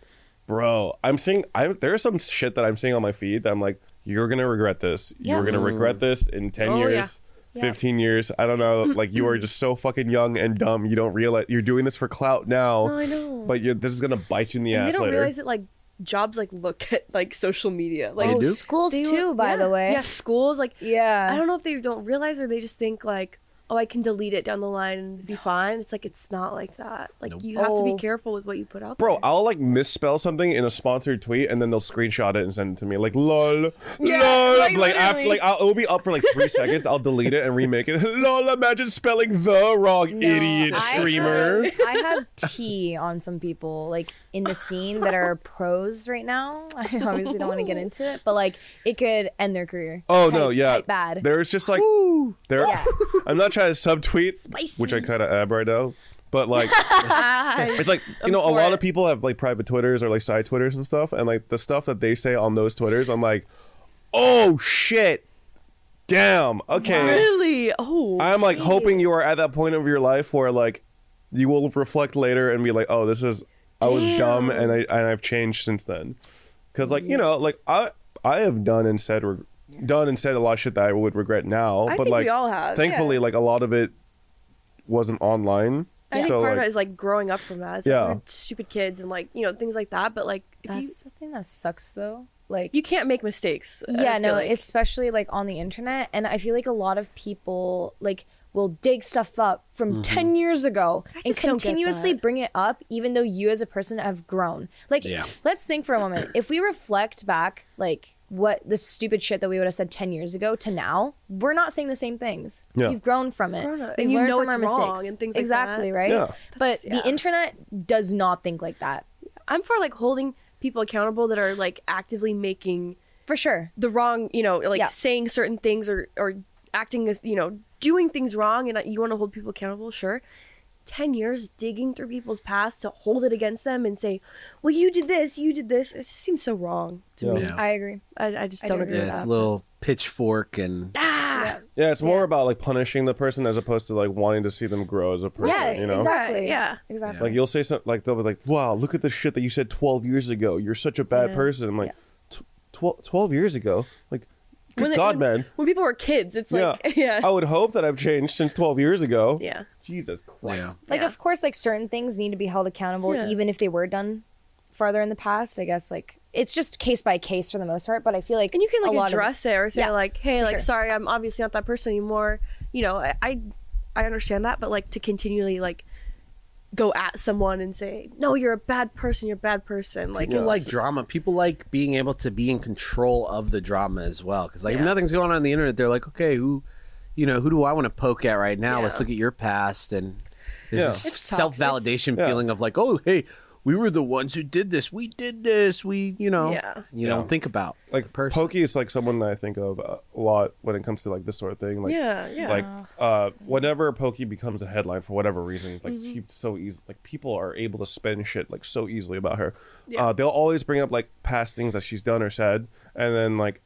S3: bro, I'm seeing I there's some shit that I'm seeing on my feed that I'm like, you're gonna regret this. You're
S1: Yeah.
S3: gonna regret this in ten
S2: Oh, yeah.
S3: years.
S1: Yeah.
S3: 15 years i don't know like you are just so fucking young and dumb you don't realize you're doing this for clout now
S2: No, I know.
S3: but you're, this is gonna bite you in the
S2: And
S3: ass
S2: they don't
S3: later
S2: realize that like jobs like look at like social media. Like
S4: They
S1: oh,
S4: do?
S1: schools
S2: they
S1: too,
S2: look-
S1: by
S2: yeah.
S1: the way.
S2: Yeah, schools like I
S1: Yeah.
S2: don't know if they don't realize or they just think like, oh, I can delete it down the line and be fine. It's like it's not like that. Like
S4: Nope.
S2: you have to be
S1: Oh.
S2: careful with what you put out.
S3: bro
S2: there.
S3: i'll like misspell something in a sponsored tweet and then they'll screenshot it and send it to me like lol
S2: Yeah,
S3: lol
S2: like,
S3: like, after
S2: literally.
S3: like I'll, it'll be up for like three seconds i'll delete it and remake it lol imagine spelling the wrong
S1: No,
S3: idiot
S1: I-
S3: streamer
S1: I have tea on some people like in the scene that are pros right now. I obviously don't want to get
S2: Oh.
S1: into it, but like it could end their career.
S3: oh
S1: Type-
S3: no yeah
S1: type bad.
S3: there's just like there
S1: Yeah.
S3: i'm not trying to subtweet which i
S1: Spicy.
S3: kind of am right now but like it's like you know a
S2: for
S3: lot
S2: it.
S3: of people have like private twitters or like side twitters and stuff and like the stuff that they say on those twitters i'm like oh shit damn okay
S2: really? Oh,
S3: I'm like
S1: Jeez.
S3: hoping you are at that point of your life where like you will reflect later and be like, oh, this is I was dumb and I and I've changed since then. Because like you know, like I I have done and said reg- done and said a lot of shit that I would regret now,
S2: I
S3: but
S2: think
S3: like
S2: we all have.
S3: thankfully
S2: yeah.
S3: like a lot of it wasn't online.
S2: I think
S3: so
S2: part of
S3: like
S2: it is like growing up from that. It's
S3: Yeah.
S2: yeah, like, we're stupid kids and like you know things like that. But like if you
S1: That's the thing that sucks though. Like
S2: you can't make mistakes. I
S1: yeah
S2: feel
S1: no
S2: like.
S1: especially like on the internet and i feel like a lot of people like will dig stuff up from 10 years ago and
S2: just don't get
S1: continuously
S2: that.
S1: bring it up even though you as a person have grown like
S4: Yeah.
S1: let's think for a moment if we reflect back like what the stupid shit that we would have said 10 years ago to now we're not saying the same things
S3: Yeah.
S1: we've grown from it
S2: Grown up.
S1: we've
S2: And you
S1: learned
S2: know
S1: from our
S2: it's wrong
S1: mistakes
S2: and things like
S1: exactly
S2: that.
S1: right
S3: Yeah.
S1: but
S2: That's-
S1: the
S2: yeah.
S1: internet does not think like that
S2: I'm for like holding people accountable that are like actively making
S1: for sure
S2: the wrong, you know, like
S1: Yeah.
S2: saying certain things or or acting as, you know, doing things wrong and uh, you want to hold people accountable, sure. 10 years digging through people's past to hold it against them and say, "Well, you did this, you did this." It just seems so wrong to
S3: Yeah.
S2: me.
S4: Yeah.
S1: i agree
S2: I, I just
S1: I
S2: don't
S1: do
S2: agree
S4: Yeah,
S2: with
S4: it's
S2: that.
S4: a little pitchfork and
S2: ah!
S3: yeah, it's more about like punishing the person as opposed to like wanting to see them grow as a person.
S1: yes
S3: you know?
S1: exactly
S2: Yeah.
S1: exactly
S3: Like you'll say something like they'll be like, "Wow, look at the shit that you said 12 years ago. You're such a bad person." I'm like, "Tw- tw- 12 years ago? Like, good
S2: When it-
S3: God,
S2: when-
S3: man.
S2: When people were kids, it's like
S3: yeah.
S2: yeah.
S3: I would hope that I've changed since 12 years ago.
S2: Yeah.
S3: Jesus
S4: yeah.
S3: Christ.
S1: Like,
S2: Yeah.
S1: of course, like certain things need to be held accountable,
S2: Yeah.
S1: even if they were done farther in the past. I guess like it's just case by case for the most part. But I feel like
S2: and you can
S1: a lot
S2: like
S1: of-
S2: address it or say
S1: Yeah,
S2: like hey
S1: for
S2: like
S1: sure.
S2: sorry i'm obviously not that person anymore you know I, I i understand that but like to continually like go at someone and say no you're a bad person you're a bad person like
S4: People
S3: Yeah.
S4: like drama. People like being able to be in control of the drama as well. Because like if
S2: Yeah.
S4: nothing's going on in the internet, they're like, okay, who, you know, who do I want to poke at right now? Let's
S2: Yeah.
S4: look at your past and there's
S3: Yeah.
S4: this
S1: It's
S4: self validation
S3: Yeah.
S4: feeling of like, oh hey, we were the ones who did this. We did this. We, you know,
S2: Yeah.
S4: you
S3: Yeah.
S4: don't think about the
S3: Like
S4: person.
S3: Pokey is like someone that I think of a lot when it comes to like this sort of thing. Like,
S2: yeah yeah Mm-hmm.
S3: like uh, whenever Pokey becomes a headline for whatever reason, like she so easy, like people are able to spin shit like so easily about her. Uh, they'll always bring up like past things that she's done or said, and then like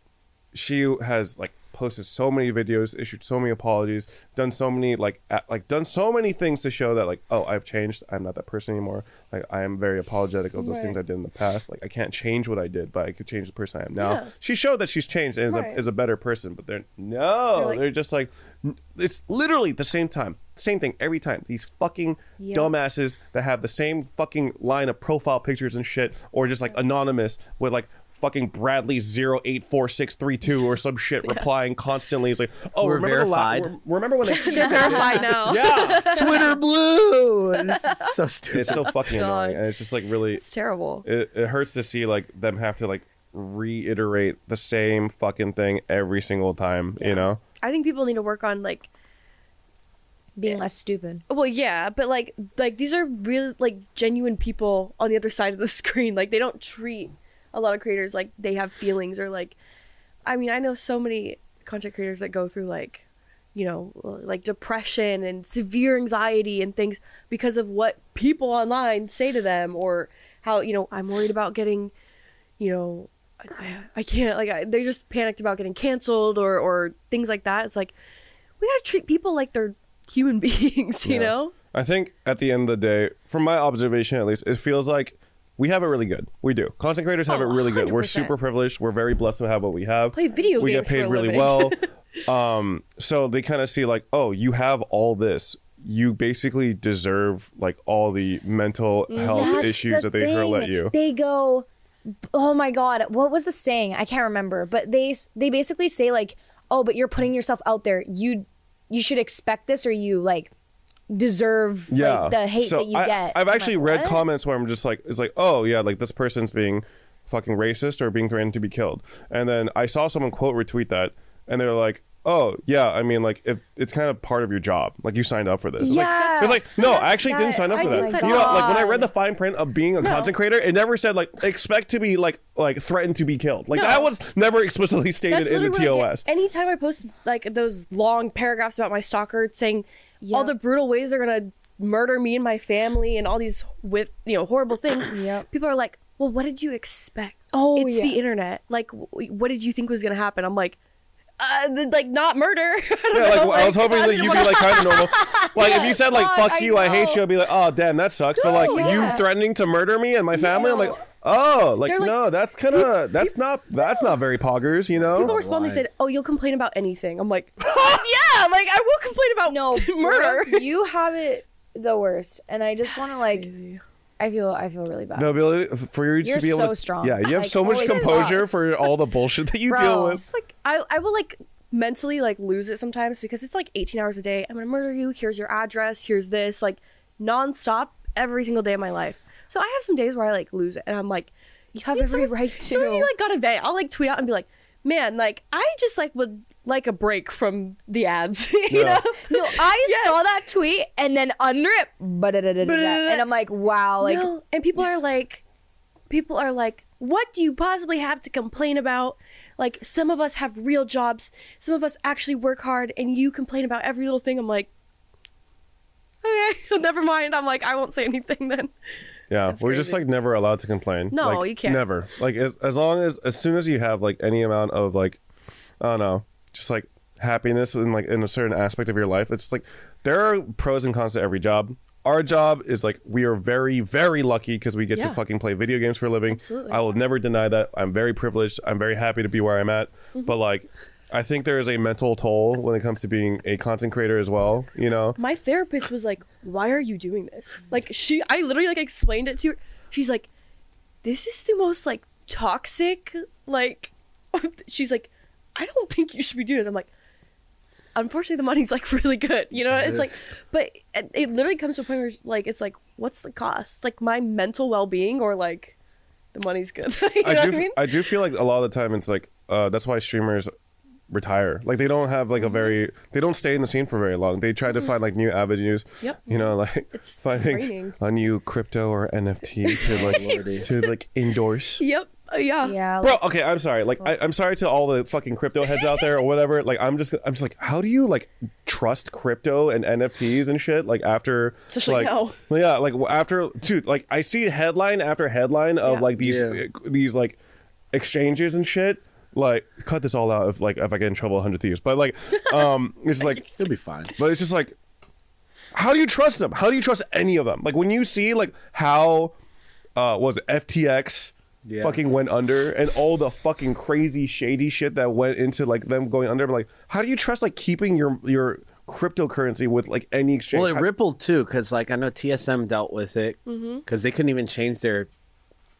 S3: she has like posted so many videos, issued so many apologies, done so many like at, like done so many things to show that like oh I've changed, I'm not that person anymore. Like I am very apologetic of those
S1: Right.
S3: things I did in the past. Like I can't change what I did, but I could change the person I am now.
S2: Yeah.
S3: She showed that she's changed and is,
S1: Right.
S3: a, is a better person, but they're no,
S2: They're
S3: they're,
S2: like-
S3: just like n- it's literally the same time, same thing every time. These fucking
S1: Yeah.
S3: dumbasses that have the same fucking line of profile pictures and shit, or just like anonymous with like fucking Bradley 084632 or some shit replying constantly. It's like, oh,
S4: We're
S3: remember the la-
S4: verified.
S3: rem- remember when I
S2: they're verified now
S3: yeah.
S4: Twitter blue. This is so stupid.
S3: It's so fucking
S2: God.
S3: annoying, and it's just like really
S2: Oh it's terrible
S3: it, it hurts to see like them have to like reiterate the same fucking thing every single time you know
S2: i think people need to work on like
S1: being less stupid.
S2: well yeah but like like these are real like genuine people on the other side of the screen like they don't treat a lot of creators like they have feelings or like i mean i know so many content creators that go through like you know like depression and severe anxiety and things because of what people online say to them or how you know I'm worried about getting, you know, I- I, I can't like I, they're just panicked about getting canceled or or things like that. It's like we gotta treat people like they're human beings, you
S3: Yeah.
S2: know.
S3: I think at the end of the day, from my observation at least, it feels like we have it really good. We do. Content creators have
S2: Oh,
S3: it really good. We're
S2: 100%.
S3: super privileged. We're very blessed to have what we have.
S2: Play video
S3: we
S2: games
S3: get paid
S2: for a
S3: really
S2: living.
S3: well. um, so they kind of see like, oh, you have all this. You basically deserve like all the mental
S2: Mm,
S3: health
S1: That's
S3: issues
S1: the
S3: that they hurl at
S1: thing.
S3: you.
S1: They go, oh my god, what was the saying? I can't remember, but they s- they basically say like, oh, but you're putting yourself out there. You you should expect this, or you like deserve
S3: yeah,
S1: like, the hate
S3: So
S1: that you
S3: I,
S1: get.
S3: I've
S1: I'm
S3: actually
S1: like,
S3: read
S1: "What?"
S3: comments where I'm just like, it's like, oh yeah, like this person's being fucking racist or being threatened to be killed, and then I saw someone quote retweet that, and they're like, oh yeah, I mean like if it's kind of part of your job, like you signed up for this. It's like,
S1: Yeah.
S3: It's like, no, I actually didn't
S2: that-
S3: sign up
S2: I
S3: for
S2: didn't
S3: that.
S2: sign
S3: You know,
S2: up.
S3: like when I read the fine print of being a content creator, it never said like expect to be like like threatened to be killed. Like
S2: No.
S3: that was never explicitly stated in the
S2: literally what I
S3: TOS.
S2: get. Anytime I post like those long paragraphs about my stalker saying all
S1: Yep.
S2: the brutal ways they're gonna murder me and my family and all these with you know horrible things,
S1: Yep.
S2: people are like, "Well, what did you expect?
S1: Oh,
S2: it's
S1: yeah.
S2: the internet. Like, w- what did you think was gonna happen?" I'm like, uh, th- "Like not murder." I don't
S3: Yeah, like
S1: Oh
S2: know,
S3: I was hoping
S2: I
S3: that
S2: didn't
S3: you'd be
S2: wanna-
S3: like kind of normal. Like if you said like
S1: fuck,
S3: "fuck
S1: Oh, I
S3: you," I hate
S1: know.
S3: you. I'd be like, "Oh damn, that sucks." But like
S1: yeah.
S3: you threatening to murder me and my family, I'm like, "Oh, like,
S2: They're like-
S3: no, that's kind of that's not that's not very poggers," you know?
S2: People respond. They
S4: Why?
S2: said, "Oh, you'll complain about anything." I'm like, "Yeah, like I will complain about
S1: No
S2: murder."
S1: Brooke, you have it the worst, and I just want to like.
S2: crazy.
S1: I feel I feel really bad.
S3: The ability for you to
S1: You're
S3: be able
S1: so
S3: to
S1: strong.
S3: Yeah, you have
S1: Like,
S3: so much
S1: holy
S3: composure
S1: cross.
S3: for all the bullshit that you
S1: Bro.
S3: deal with.
S2: It's like I, I will like mentally like lose it sometimes because it's like 18 hours a day. I'm gonna murder you. Here's your address. Here's this like nonstop every single day of my life. So I have some days where I like lose it and I'm like,
S1: You have
S2: yeah,
S1: every
S2: sometimes-
S1: right
S2: Sometimes
S1: to.
S2: you like got a day. I'll like tweet out and be like, man, like I just like would like a break from the ads. you
S3: Yeah.
S2: know?
S1: no, I saw that tweet and then under it, ba-da-da-da-da-da, and I'm like, wow, like
S2: no. and people are like people are like what do you possibly have to complain about like some of us have real jobs some of us actually work hard and you complain about every little thing i'm like okay never mind i'm like i won't say anything then
S3: Yeah, we're just
S2: crazy.
S3: like never allowed to complain.
S2: No,
S3: Like,
S2: you can't.
S3: Never. Like as as long as as soon as you have like any amount of like I don't know, just like happiness in like in a certain aspect of your life, it's just like there are pros and cons to every job. Our job is like we are very very lucky because we get
S2: Yeah.
S3: to fucking play video games for a living.
S2: Absolutely.
S3: I will never deny that. I'm very privileged. I'm very happy to be where I'm at.
S2: Mm-hmm.
S3: But like I think there is a mental toll when it comes to being a content creator as well, you know.
S2: my therapist was like why are you doing this like she i literally like explained it to her she's like this is the most like toxic like she's like i don't think you should be doing it i'm like unfortunately the money's like really good you know it's like but it, it literally comes to a point where like it's like what's the cost like my mental well-being or like the money's good you know
S3: I
S2: what
S3: do,
S2: i mean
S3: do feel like a lot of the time it's like uh, that's why streamers retire. Like they don't have like a very they don't stay in the scene for very long. They try to find like new avenues.
S2: Hmm. Yep.
S3: You know, like
S2: It's
S3: finding
S2: draining.
S3: a new crypto or NFT to like to like endorse.
S2: yep uh, yeah
S1: yeah,
S3: Bro, okay, I'm sorry. Like, I, I'm sorry to all the fucking crypto heads out there or whatever. Like, I'm just, I'm just like, how do you like trust crypto and NFTs and shit? Like after,
S2: Especially
S3: like,
S2: now.
S3: yeah, like after, dude, like I see headline after headline of
S2: Yeah.
S3: like these, eh,
S4: Yeah.
S3: these like exchanges and shit. Like, cut this all out if like if I get in trouble, a hundred thieves. But like, um, it's just like
S4: It'll be fine.
S3: but it's just like, how do you trust them? How do you trust any of them? Like when you see like how uh was it FTX
S4: Yeah.
S3: fucking went under and all the fucking crazy shady shit that went into like them going under. But like, how do you trust like keeping your your cryptocurrency with like any exchange?
S4: Well, it rippled too, because like I know TSM dealt with it because
S2: Mm-hmm.
S4: they couldn't even change their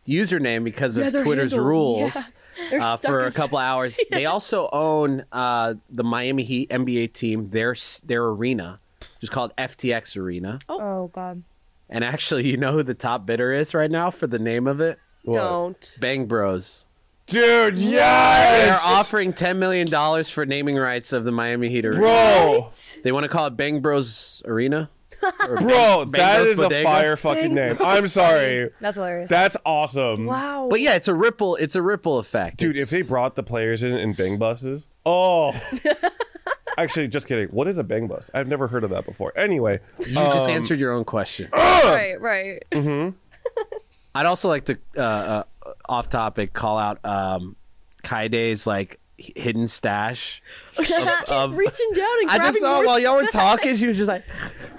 S4: username because
S2: Yeah,
S4: of
S2: their
S4: Twitter's
S2: handle,
S4: rules
S2: yeah. They're
S4: uh,
S2: stuck
S4: for a
S2: in-
S4: couple hours. They also own uh, the Miami Heat NBA team. Their s- their arena, which is called FTX Arena.
S1: oh god,
S4: And actually, you know who the top bidder is right now for the name of it?
S2: don't
S4: Bang Bros.
S3: dude,
S4: They're
S3: yes,
S4: offering ten million dollars for naming rights of the Miami Heat arena.
S3: bro,
S4: They want to call it Bang Bros Arena. Or
S3: bro,
S4: Bang
S3: that
S4: Bros
S3: is a
S4: Bodega.
S3: fire fucking name. I'm sorry,
S1: that's hilarious.
S3: that's awesome.
S2: wow
S4: But yeah, it's a ripple. It's a ripple effect,
S3: Dude, if
S4: It's-
S3: they brought the players in in bang buses, oh. Actually, just kidding. What is a bang bus? I've never heard of that before. Anyway,
S4: you just answered your own question.
S2: right right
S4: I'd also like to, uh, uh, off topic, call out um, Kaide's like h- hidden stash.
S5: just keep
S4: of-
S5: reaching down and
S4: I
S5: grabbing
S4: just saw
S5: more
S4: while y'all were talking, she was just like,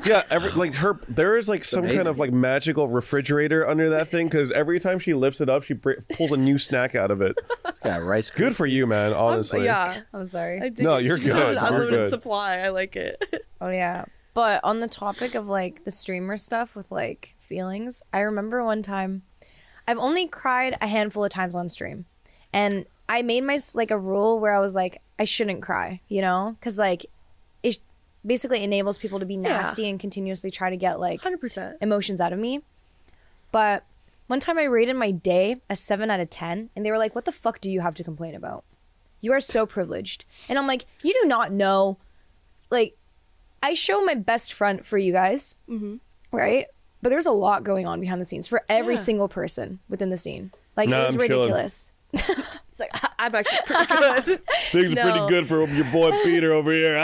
S3: Yeah, every, like her, there is like some kind of
S4: amazing.
S3: like magical refrigerator under that thing because every time she lifts it up, she br- pulls a new snack out of it.
S4: "This guy rice
S3: Good for you, man. Honestly,
S2: yeah.
S1: I'm sorry.
S2: I dig
S3: No,
S2: it.
S3: you're
S2: She's got
S3: good.
S2: An
S3: We're
S2: unlimited
S3: good.
S2: supply. I like it.
S1: Oh yeah. But on the topic of like the streamer stuff with like feelings, I remember one time I've only cried a handful of times on stream. And I made my like a rule where I was like I shouldn't cry, you know? Cuz like it basically enables people to be nasty and continuously try to get like
S2: Hundred percent.
S1: emotions out of me. But one time I rated my day a 7 out of 10 and they were like, "What the fuck do you have to complain about? You are so privileged." And I'm like, "You do not know like I show my best front for you guys." Right? But there's a lot going on behind the scenes for every
S2: Yeah.
S1: single person within the scene. Like
S3: Nah,
S1: it was
S3: I'm chilling.
S1: ridiculous.
S2: It's like I- I'm actually pretty good.
S3: things
S1: No.
S3: pretty good for your boy Peter over here.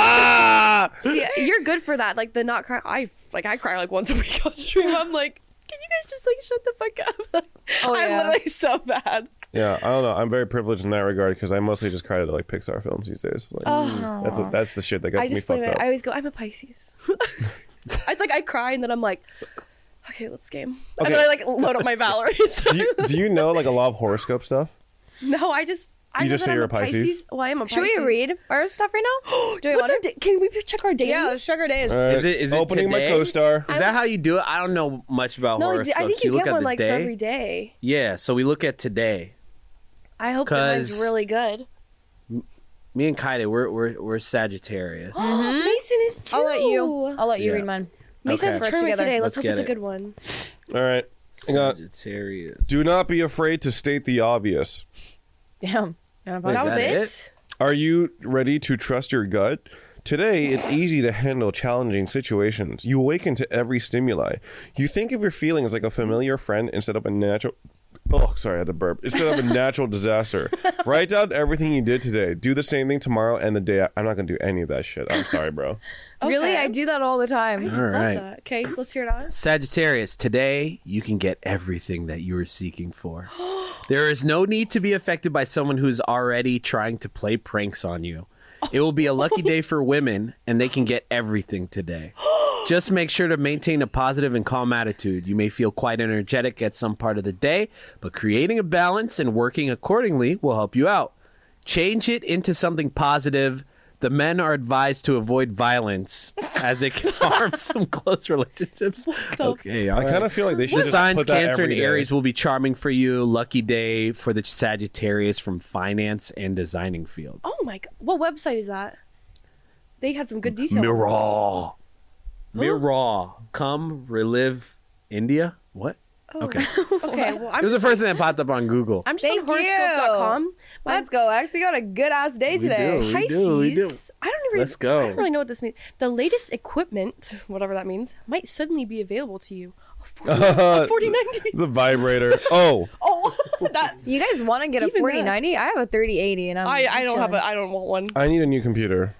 S3: Ah, ah!
S2: See, you're good for that. Like the not cry. I like I cry like once a week on stream. I'm like, can you guys just like shut the fuck up? Like,
S1: Oh,
S2: I'm
S1: yeah.
S2: literally so bad.
S3: Yeah, I don't know. I'm very privileged in that regard because I mostly just cry to like Pixar films these days. Like, that's what, that's the shit that gets
S2: Oh. I
S3: me
S2: just blame
S3: fucked
S2: it.
S3: up.
S2: I always go, I'm a Pisces. it's like I cry and then I'm like, okay, let's game. And then
S3: Okay.
S2: I like load up my Valerie. and stuff.
S3: do, you, do you know like a lot of horoscope stuff?
S2: no, I just. I
S3: You
S2: know
S3: just
S2: that
S3: say
S2: I'm
S3: you're
S2: a
S3: a Pisces?
S2: Well, I am a
S1: Should
S2: Pisces.
S1: we read our stuff right now? do we
S2: What's
S1: want
S2: our da- can we check our days?
S1: Yeah, let's check our days.
S3: All right.
S4: Is it- is it
S3: opening
S4: today?
S3: my co-star?
S4: Is that how you do it? I don't know much about
S2: no,
S4: horoscopes.
S2: I think
S4: you,
S2: you,
S4: look
S2: get
S4: at
S2: one
S4: the
S2: like
S4: day.
S2: for every day.
S4: Yeah, so we look at today.
S2: I hope that mine's
S4: 'Cause-
S2: really good.
S4: Me and Kaide, we're we're, we're Sagittarius.
S2: Mason is too.
S1: I'll let you. I'll let you
S4: Yeah.
S1: read mine.
S2: Mason
S4: Okay.
S2: has
S1: We're
S2: a tournament
S1: together.
S2: today. Let's,
S4: Let's
S2: hope
S4: get
S2: it's a
S4: it.
S2: good one.
S3: All right. I got-
S4: Sagittarius.
S3: Do not be afraid to state the obvious.
S1: Damn. You wanna fuck-
S4: Wait, is
S2: That was
S4: that
S2: it?
S4: it?
S3: Are you ready to trust your gut? Today, it's easy to handle challenging situations. You awaken to every stimuli. You think of your feelings like a familiar friend instead of a natural. Oh, sorry, I had to burp. Instead of a natural disaster. Write down everything you did today. Do the same thing tomorrow and the day. I- I'm not going to do any of that shit. I'm sorry, bro.
S1: Really?
S2: Okay.
S1: I do that all the time.
S4: All
S2: Love
S4: right.
S2: that. Okay, let's hear it out.
S4: Sagittarius, today you can get everything that you were seeking for. there is no need to be affected by someone who's already trying to play pranks on you. It will be a lucky day for women, and they can get everything today. Just make sure to maintain a positive and calm attitude. You may feel quite energetic at some part of the day, but creating a balance and working accordingly will help you out. Change it into something positive. The men are advised to avoid violence as it can harm some close relationships. Okay,
S3: I kind of feel like they should
S4: the
S3: just
S4: signs
S3: put that
S4: Cancer and
S3: every day.
S4: Aries will be charming for you. Lucky day for the Sagittarius from finance and designing field.
S2: Oh my god, what website is that? They had some good detail.
S4: Miraw. Miraw. Come relive India? What? Okay.
S2: Oh. Okay, well
S4: It
S2: I'm
S4: was the
S2: just,
S4: first thing that popped up on Google.
S2: I'm just on
S1: Thank you.
S2: horoscope.com. My
S1: Let's go, X. We got a good ass day
S4: We
S1: today.
S4: do. Oh, We
S2: Pisces.
S4: we do.
S2: I don't even.
S4: Let's go.
S2: I don't really know what this means. The latest equipment, whatever that means, might suddenly be available to you. A 40 a 4090.
S3: The vibrator. Oh,
S2: Oh, that
S1: You guys want to get a
S2: Even that.
S1: 4090? I have a 3080, and I'm
S2: I, I don't have
S1: chilling.
S2: a. I don't want one.
S3: I need a new computer.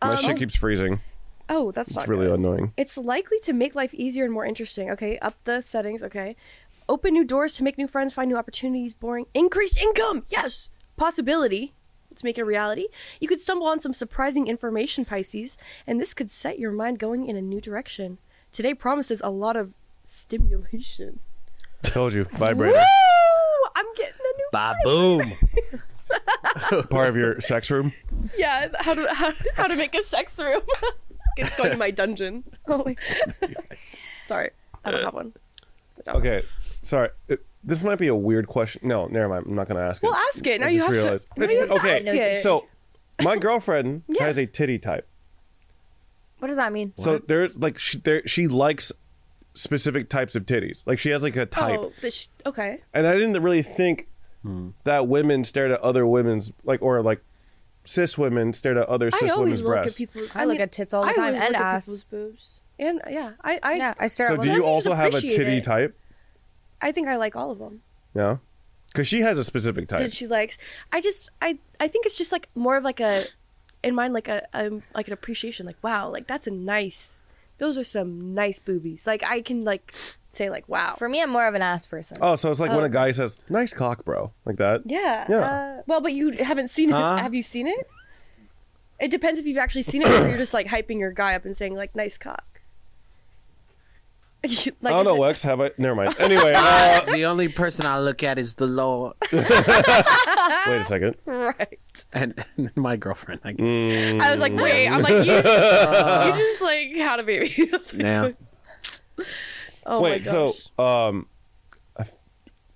S3: My
S2: Um,
S3: shit keeps freezing.
S2: Oh, that's
S3: It's
S2: not
S3: really
S2: good.
S3: annoying.
S2: It's likely to make life easier and more interesting. Okay, up the settings. Okay, open new doors to make new friends, find new opportunities. Boring. Increase income. Yes, possibility. Let's make it a reality. You could stumble on some surprising information, Pisces, and this could set your mind going in a new direction. Today promises a lot of stimulation.
S3: Told you,
S2: Woo!
S3: vibrator.
S2: I'm getting a new.
S4: Ba boom.
S3: Part of your sex room.
S2: Yeah, how to how, how to make a sex room. it's going to my dungeon. Oh my. Sorry, I don't have one. I don't.
S3: Okay, sorry. It- this might be a weird question. No, never mind. I'm not going to ask it.
S2: Well, ask it. Now
S3: I
S2: you
S3: just
S2: have to-
S3: realized.
S2: now
S3: It's-
S2: you have to
S3: okay,
S2: ask it.
S3: so my girlfriend
S2: Yeah.
S3: has a titty type.
S1: What does that mean?
S3: So there's like she, there, she likes specific types of titties. Like she has like a type,
S2: Oh, but sh- okay.
S3: and I didn't really think that women stared at other women's like or like cis women stared at other
S2: I
S3: cis
S2: always
S3: women's
S2: look
S3: breasts.
S2: at people's.
S1: I, look
S2: mean,
S1: at tits all the
S2: I
S1: time
S2: always
S1: and
S2: look at
S1: ass.
S2: people's boobs. And yeah, I I,
S1: yeah, I stare
S3: so
S1: at women.
S3: do
S2: I
S3: you
S2: think you
S3: also
S2: should
S3: have a
S2: appreciate
S3: titty
S2: it.
S3: type?
S2: I think I like all of them.
S3: No, because she has a specific type.
S2: That she likes. I just I I think it's just um, like more of like a, in mind like a, a like an appreciation. Like wow, like that's a nice Those are some nice boobies. Like I can like say like wow.
S1: For me, I'm more of an ass person.
S3: Oh, so it's like when a guy says, "Nice cock, bro," like that.
S2: yeah. uh,
S3: Yeah.
S2: Well, but you haven't seen it.
S4: Huh?
S2: Have you seen it? It depends if you've actually seen it or you're just like hyping your guy up and saying like nice cock. like,
S3: I don't
S2: is
S3: know,
S2: it-
S3: Wex. Have I? Never mind. Anyway, uh,
S4: the only person I look at is the Lord
S3: wait a second.
S2: Right.
S4: and, and my girlfriend, I guess.
S3: Mm,
S2: I was like, uh, wait. I'm like, you just, you just like had a baby. I was like,
S4: Now,
S2: Oh my
S3: wait.
S2: gosh.
S3: So, um, I th-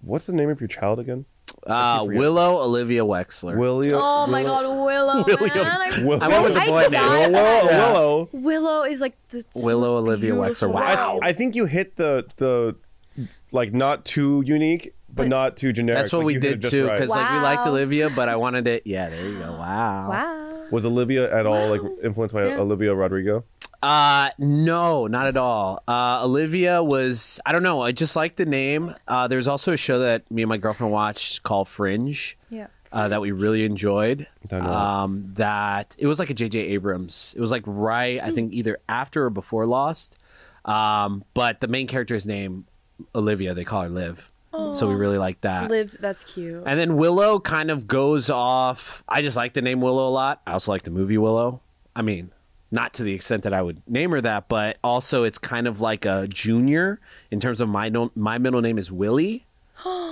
S3: what's the name of your child again?
S4: uh, Willow Olivia Wexler.
S3: William.
S1: Oh my God, Willow,
S4: William.
S1: man! I
S3: Will-
S4: I went with the boy
S1: I
S4: name.
S1: died.
S3: Willow.
S4: Yeah.
S3: Willow.
S2: Willow is like the just
S4: Willow
S2: most
S4: Olivia
S2: beautiful-
S4: Wexler. Wow.
S3: I, I think you hit the the like not too unique, but, not too generic.
S4: That's what
S3: Like,
S4: we
S3: you hit it
S4: did
S3: just
S4: too,
S3: right.
S4: because like we liked
S1: Wow.
S4: Olivia, but I wanted it. Yeah, there you go. Wow.
S1: Wow.
S3: Was Olivia at all like influenced by Olivia Rodrigo?
S4: Uh, no, not at all. Uh, Olivia was, I don't know, I just liked the name. Uh, there was also a show that me and my girlfriend watched called Fringe.
S1: Yeah.
S4: Uh, that we really enjoyed.
S3: Don't know.
S4: Um, that it was like a J.J. Abrams. It was like right, I think, either after or before Lost. Um, but the main character's name, Olivia, they call her Liv. So we really liked that.
S2: Liv, that's cute.
S4: And then Willow kind of goes off. I just like the name Willow a lot. I also like the movie Willow. I mean, not to the extent that I would name her that, but also it's kind of like a junior in terms of my no- my middle name is Willie.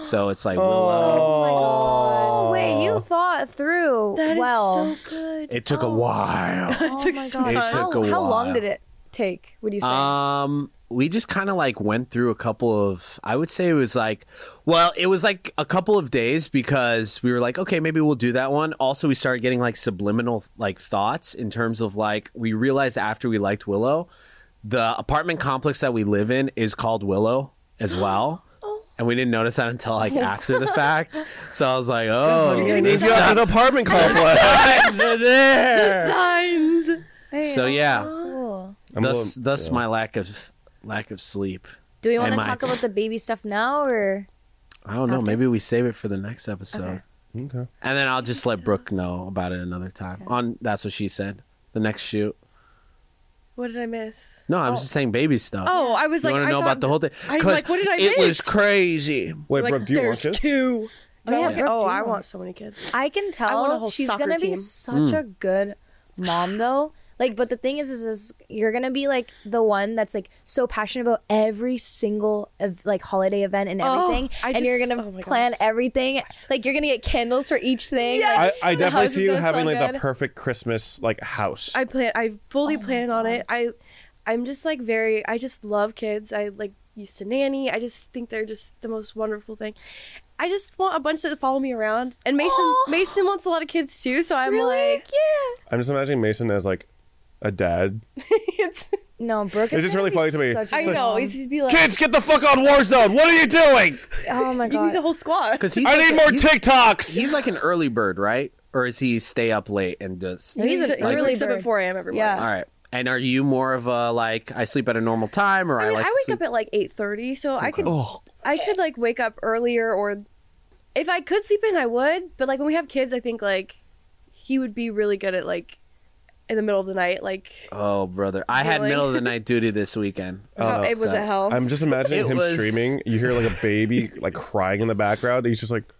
S4: So it's like Willow.
S2: oh my god.
S1: Oh wait, you thought through
S2: That is
S1: well.
S2: so good.
S4: It took a while.
S1: oh my God.
S4: It
S1: how,
S4: took a
S1: how long
S4: while.
S1: did it take? Would you say?
S4: Um we just kind of like went through a couple of I would say it was like well, it was like a couple of days because we were like, okay, maybe we'll do that one. Also, we started getting like subliminal like thoughts in terms of like we realized after we liked Willow, the apartment complex that we live in is called Willow as well. And we didn't notice that until like after the fact. So I was like, oh,
S3: I
S4: these
S3: need you at the apartment complex.
S4: signs are there.
S2: Signs.
S1: Hey,
S4: So
S1: that's
S4: yeah.
S1: cool.
S3: I'm a
S4: thus,
S3: little-
S4: thus
S3: yeah.
S4: my lack of lack of sleep.
S1: Do we want to
S4: Am I-
S1: talk about the baby stuff now or?
S4: I don't know. Maybe we save it for the next episode,
S1: Okay.
S3: Okay.
S4: and then I'll just let Brooke know about it another time. On that's what she said. The next shoot.
S2: What did I miss?
S4: No, I was just saying baby stuff.
S2: Oh, I was
S4: you
S2: like,
S4: want
S2: I
S4: to know
S2: thought-
S4: about the whole thing?
S2: I'm
S4: 'Cause
S2: like, what did I
S4: It was
S2: miss?
S4: crazy.
S3: Wait,
S2: Like,
S3: Brooke, do you
S2: there's
S3: want this?
S2: two.
S1: Oh, yeah, Brooke,
S2: oh,
S1: do
S2: I
S1: one.
S2: want so many kids.
S1: I can
S2: want a
S1: tell
S2: whole
S1: she's
S2: soccer
S1: gonna be
S2: team.
S1: such
S3: Hmm.
S1: a good mom though. Like, but the thing is, is, is you're gonna be like the one that's like so passionate about every single ev- like holiday event and
S2: Oh,
S1: everything,
S2: I
S1: and you're
S2: just-
S1: gonna
S2: oh my
S1: plan
S2: gosh.
S1: everything. Like, you're gonna get candles for each thing.
S2: Yes.
S1: Like,
S3: I, I
S1: the
S3: definitely
S1: house
S3: see
S1: is
S3: you
S1: gonna
S3: having
S1: smell
S3: like the
S1: good.
S3: perfect Christmas like house.
S2: I plan. I fully plan on it. I, I'm just like very. I just love kids. I like used to nanny. I just think they're just the most wonderful thing. I just want a bunch that follow me around. And Mason,
S1: Aw.
S2: Mason wants a lot of kids too. So I'm
S1: Really?
S2: like, yeah.
S3: I'm just imagining Mason as like a dad.
S2: It's,
S1: No, Brooke. is
S3: It's just
S1: gonna
S3: really
S1: be
S3: funny to me.
S1: such a
S2: I
S1: good
S2: know.
S1: mom.
S2: He's just be like,
S3: Kids, get the fuck on Warzone. What are you doing?
S1: Oh my
S2: you need a
S1: god.
S2: whole squad.
S4: Because he's
S3: I
S4: like
S3: need
S4: a-
S3: more
S4: he's-
S3: TikToks.
S4: He's like an early bird, right? Or is he stay up late and does?
S1: No, he's an
S2: he
S1: early
S2: wakes up
S1: bird.
S2: at 4 a.m. every morning.
S1: Yeah.
S4: All right. And are you more of a like I sleep at a normal time, or I,
S2: I, mean,
S4: like
S2: I
S4: to
S2: wake
S4: sleep-
S2: up at like 8:30, so I could
S4: Oh.
S2: I could like wake up earlier or if I could sleep in I would, but like when we have kids I think like he would be really good at like in the middle of the night like
S4: Oh, brother. I had
S2: Really?
S4: middle of the night duty this weekend. Oh,
S2: how- it was
S4: so-
S2: a hell.
S3: I'm just imagining
S4: It
S3: him
S4: was-
S3: streaming. You hear like a baby like crying in the background. He's just like,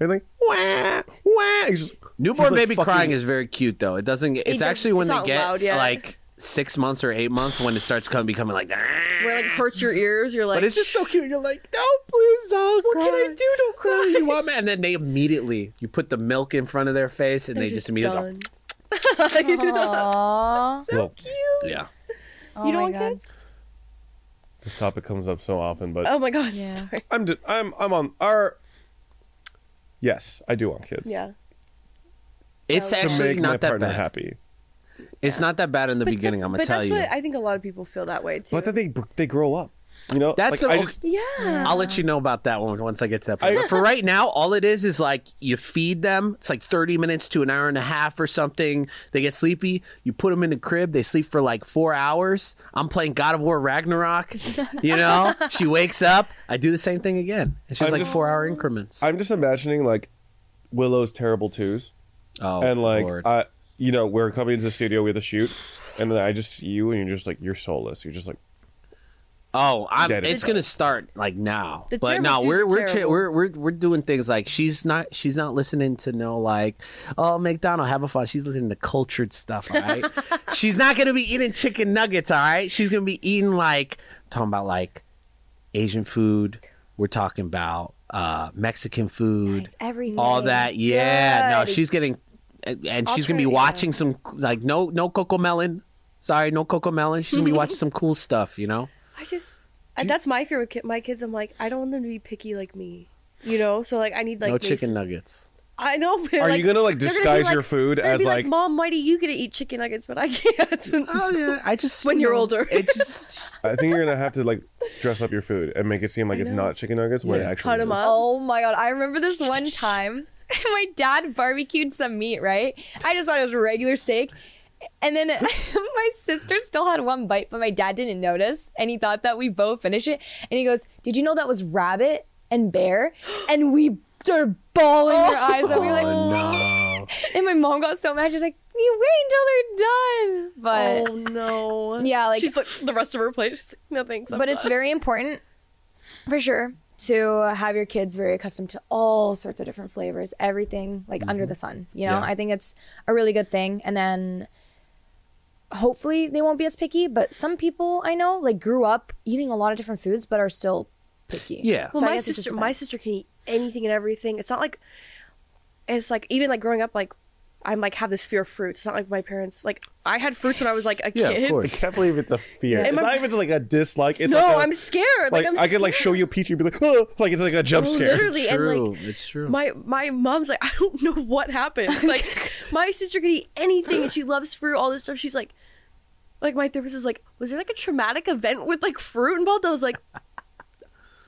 S3: and like, wah, wah. He's just,
S4: Newborn
S3: He's, like,
S4: baby
S3: fucking-
S4: crying is very cute, though. It doesn't. It's
S2: doesn't-
S4: actually when
S2: it's
S4: they
S2: not
S4: get
S2: loud yet.
S4: like six months or eight months when it starts coming becoming like. "Ah."
S2: where it, like hurts your ears, you're like
S4: But it's just so cute. You're like, no, please, don't what
S2: can I do?
S4: Don't cry. You want me? And then they immediately you put the milk in front of their face, and they just immediately. go,
S2: done.
S1: Aww.
S3: well,
S4: yeah.
S1: Oh
S2: You don't
S1: my
S2: want
S1: god.
S2: kids?
S3: this topic comes up so often, but
S2: oh my god.
S1: Yeah.
S2: Sorry.
S3: I'm just, I'm I'm on our. Yes, I do want kids.
S2: Yeah.
S4: It's
S2: To
S3: To
S4: actually
S3: make my
S4: not that
S3: partner
S4: bad.
S3: happy.
S4: It's not that bad in the beginning.
S2: that's-
S4: I'm gonna
S2: but
S4: tell
S2: that's
S4: you.
S2: what I think a lot of people feel that way too.
S3: But then they they grow up. You know,
S4: That's
S3: like,
S4: the-
S3: I just
S2: yeah.
S4: I'll let you know about that one once I get to that
S3: I-
S4: point. But for right now, all it is is like you feed them. It's like 30 minutes to an hour and a half or something. They get sleepy. You put them in the crib. They sleep for like four hours. I'm playing God of War Ragnarok. You know, she wakes up. I do the same thing again. And she's
S3: I'm
S4: like
S3: just-
S4: four hour increments.
S3: I'm just imagining like Willow's terrible twos,
S4: oh,
S3: and like
S4: Lord.
S3: I, you know, we're coming into the studio, we have to shoot, and then I just see you, and you're just like you're soulless. You're just like
S4: Oh, I'm,
S3: Dead
S4: it's
S3: inside.
S4: gonna start like now.
S2: The
S4: but
S2: terrible
S4: no,
S2: twos
S4: we're
S2: are
S4: we're, chi-
S2: terrible.
S4: we're we're we're doing things like she's not she's not listening to no like oh McDonald have a fun. She's listening to cultured stuff. All right, she's not gonna be eating chicken nuggets. All right, she's gonna be eating like talking about like Asian food. We're talking about uh Mexican food.
S1: Nice, everything.
S4: all that. Yeah, no,
S1: Good.
S4: she's getting, and and she's gonna be
S2: Alternative.
S4: watching some like no no cocoa melon. Sorry, no cocoa melon. She's gonna be watching some cool stuff. You know.
S2: I just and that's my fear with ki- my kids. I'm like, I don't want them to be picky like me, you know. So like, I need like
S4: no
S2: makes-
S4: chicken nuggets.
S2: I know. But,
S3: Are you gonna, like,
S2: they're be
S3: disguise your food
S2: they're gonna
S3: as,
S2: be
S3: like-
S2: Mom, why do you get to eat chicken nuggets but I can't?
S4: Oh yeah, I just
S2: When you're older.
S4: It just
S3: I think you're gonna have to like dress up your food and make it seem like it's not chicken nuggets when it
S4: Yeah.
S3: actually
S2: Cut 'em
S3: is.
S2: up.
S1: Oh my god, I remember this one time. My dad barbecued some meat, right? I just thought it was regular steak. And then my sister still had one bite, but my dad didn't notice. And he thought that we both finished it. And he goes, Did you know that was rabbit and bear? And we started bawling our eyes out. We were like,
S4: oh no.
S1: And my mom got so mad. She's like, You wait until they're done. But.
S2: oh no.
S1: Yeah, like-
S2: she's like the rest of her plate. She's like, no thanks. I'm
S1: but it's
S2: done."
S1: very important for sure to have your kids very accustomed to all sorts of different flavors everything like
S2: Mm-hmm.
S1: under the sun you know
S4: Yeah.
S1: i think it's a really good thing and then hopefully they won't be as picky but some people i know like grew up eating a lot of different foods but are still picky
S4: Yeah.
S1: So
S2: Well,
S1: I
S2: my
S1: guess it just
S2: sister, my
S1: depends.
S2: sister can eat anything and everything. It's not like, it's like even like growing up, like I'm like have this fear of fruit. It's not like my parents like I had fruits when I was like a
S4: Yeah,
S2: kid.
S4: of
S3: I
S4: course.
S3: can't believe it's a fear.
S2: Yeah.
S3: It's
S2: Am I-
S3: not even just like a dislike. It's
S2: No,
S3: like a,
S2: I'm scared. Like,
S3: like,
S2: I'm
S3: I could like show you a peach and be like, oh, like it's like a jump
S2: scared.
S3: scare.
S2: literally and
S4: True,
S2: like
S4: it's true.
S2: my my mom's like I don't know what happened. Like my sister can eat anything and she loves fruit, all this stuff. She's like, like my therapist was like, was there like a traumatic event with like fruit involved? I was like,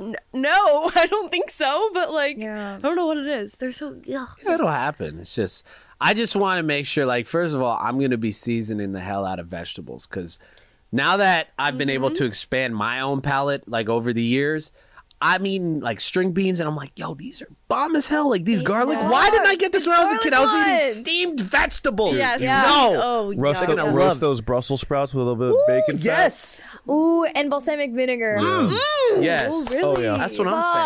S2: "N- no, I don't think so. But like,
S1: Yeah.
S2: I don't know what it is. They're so ugh.
S4: It'll happen. It's just I just want to make sure. Like first of all, I'm gonna be seasoning the hell out of vegetables because now that I've been
S2: Mm-hmm.
S4: able to expand my own palate, like over the years. I'm eating like string beans, and I'm like, "Yo, these are bomb as hell! Like these garlic. Why didn't I get this when I was a
S1: Garlic
S4: kid? I was
S1: one.
S4: eating steamed vegetables.
S2: Yes.
S4: No.
S2: Oh,
S3: Roast,
S2: yeah.
S4: They're gonna
S3: roast
S4: love-
S3: those Brussels sprouts with a little bit of
S4: Ooh,
S3: bacon. fat.
S2: Oh.
S4: yes.
S1: ooh and balsamic vinegar Mm.
S4: Yes.
S3: Oh, yeah.
S4: That's what I'm saying.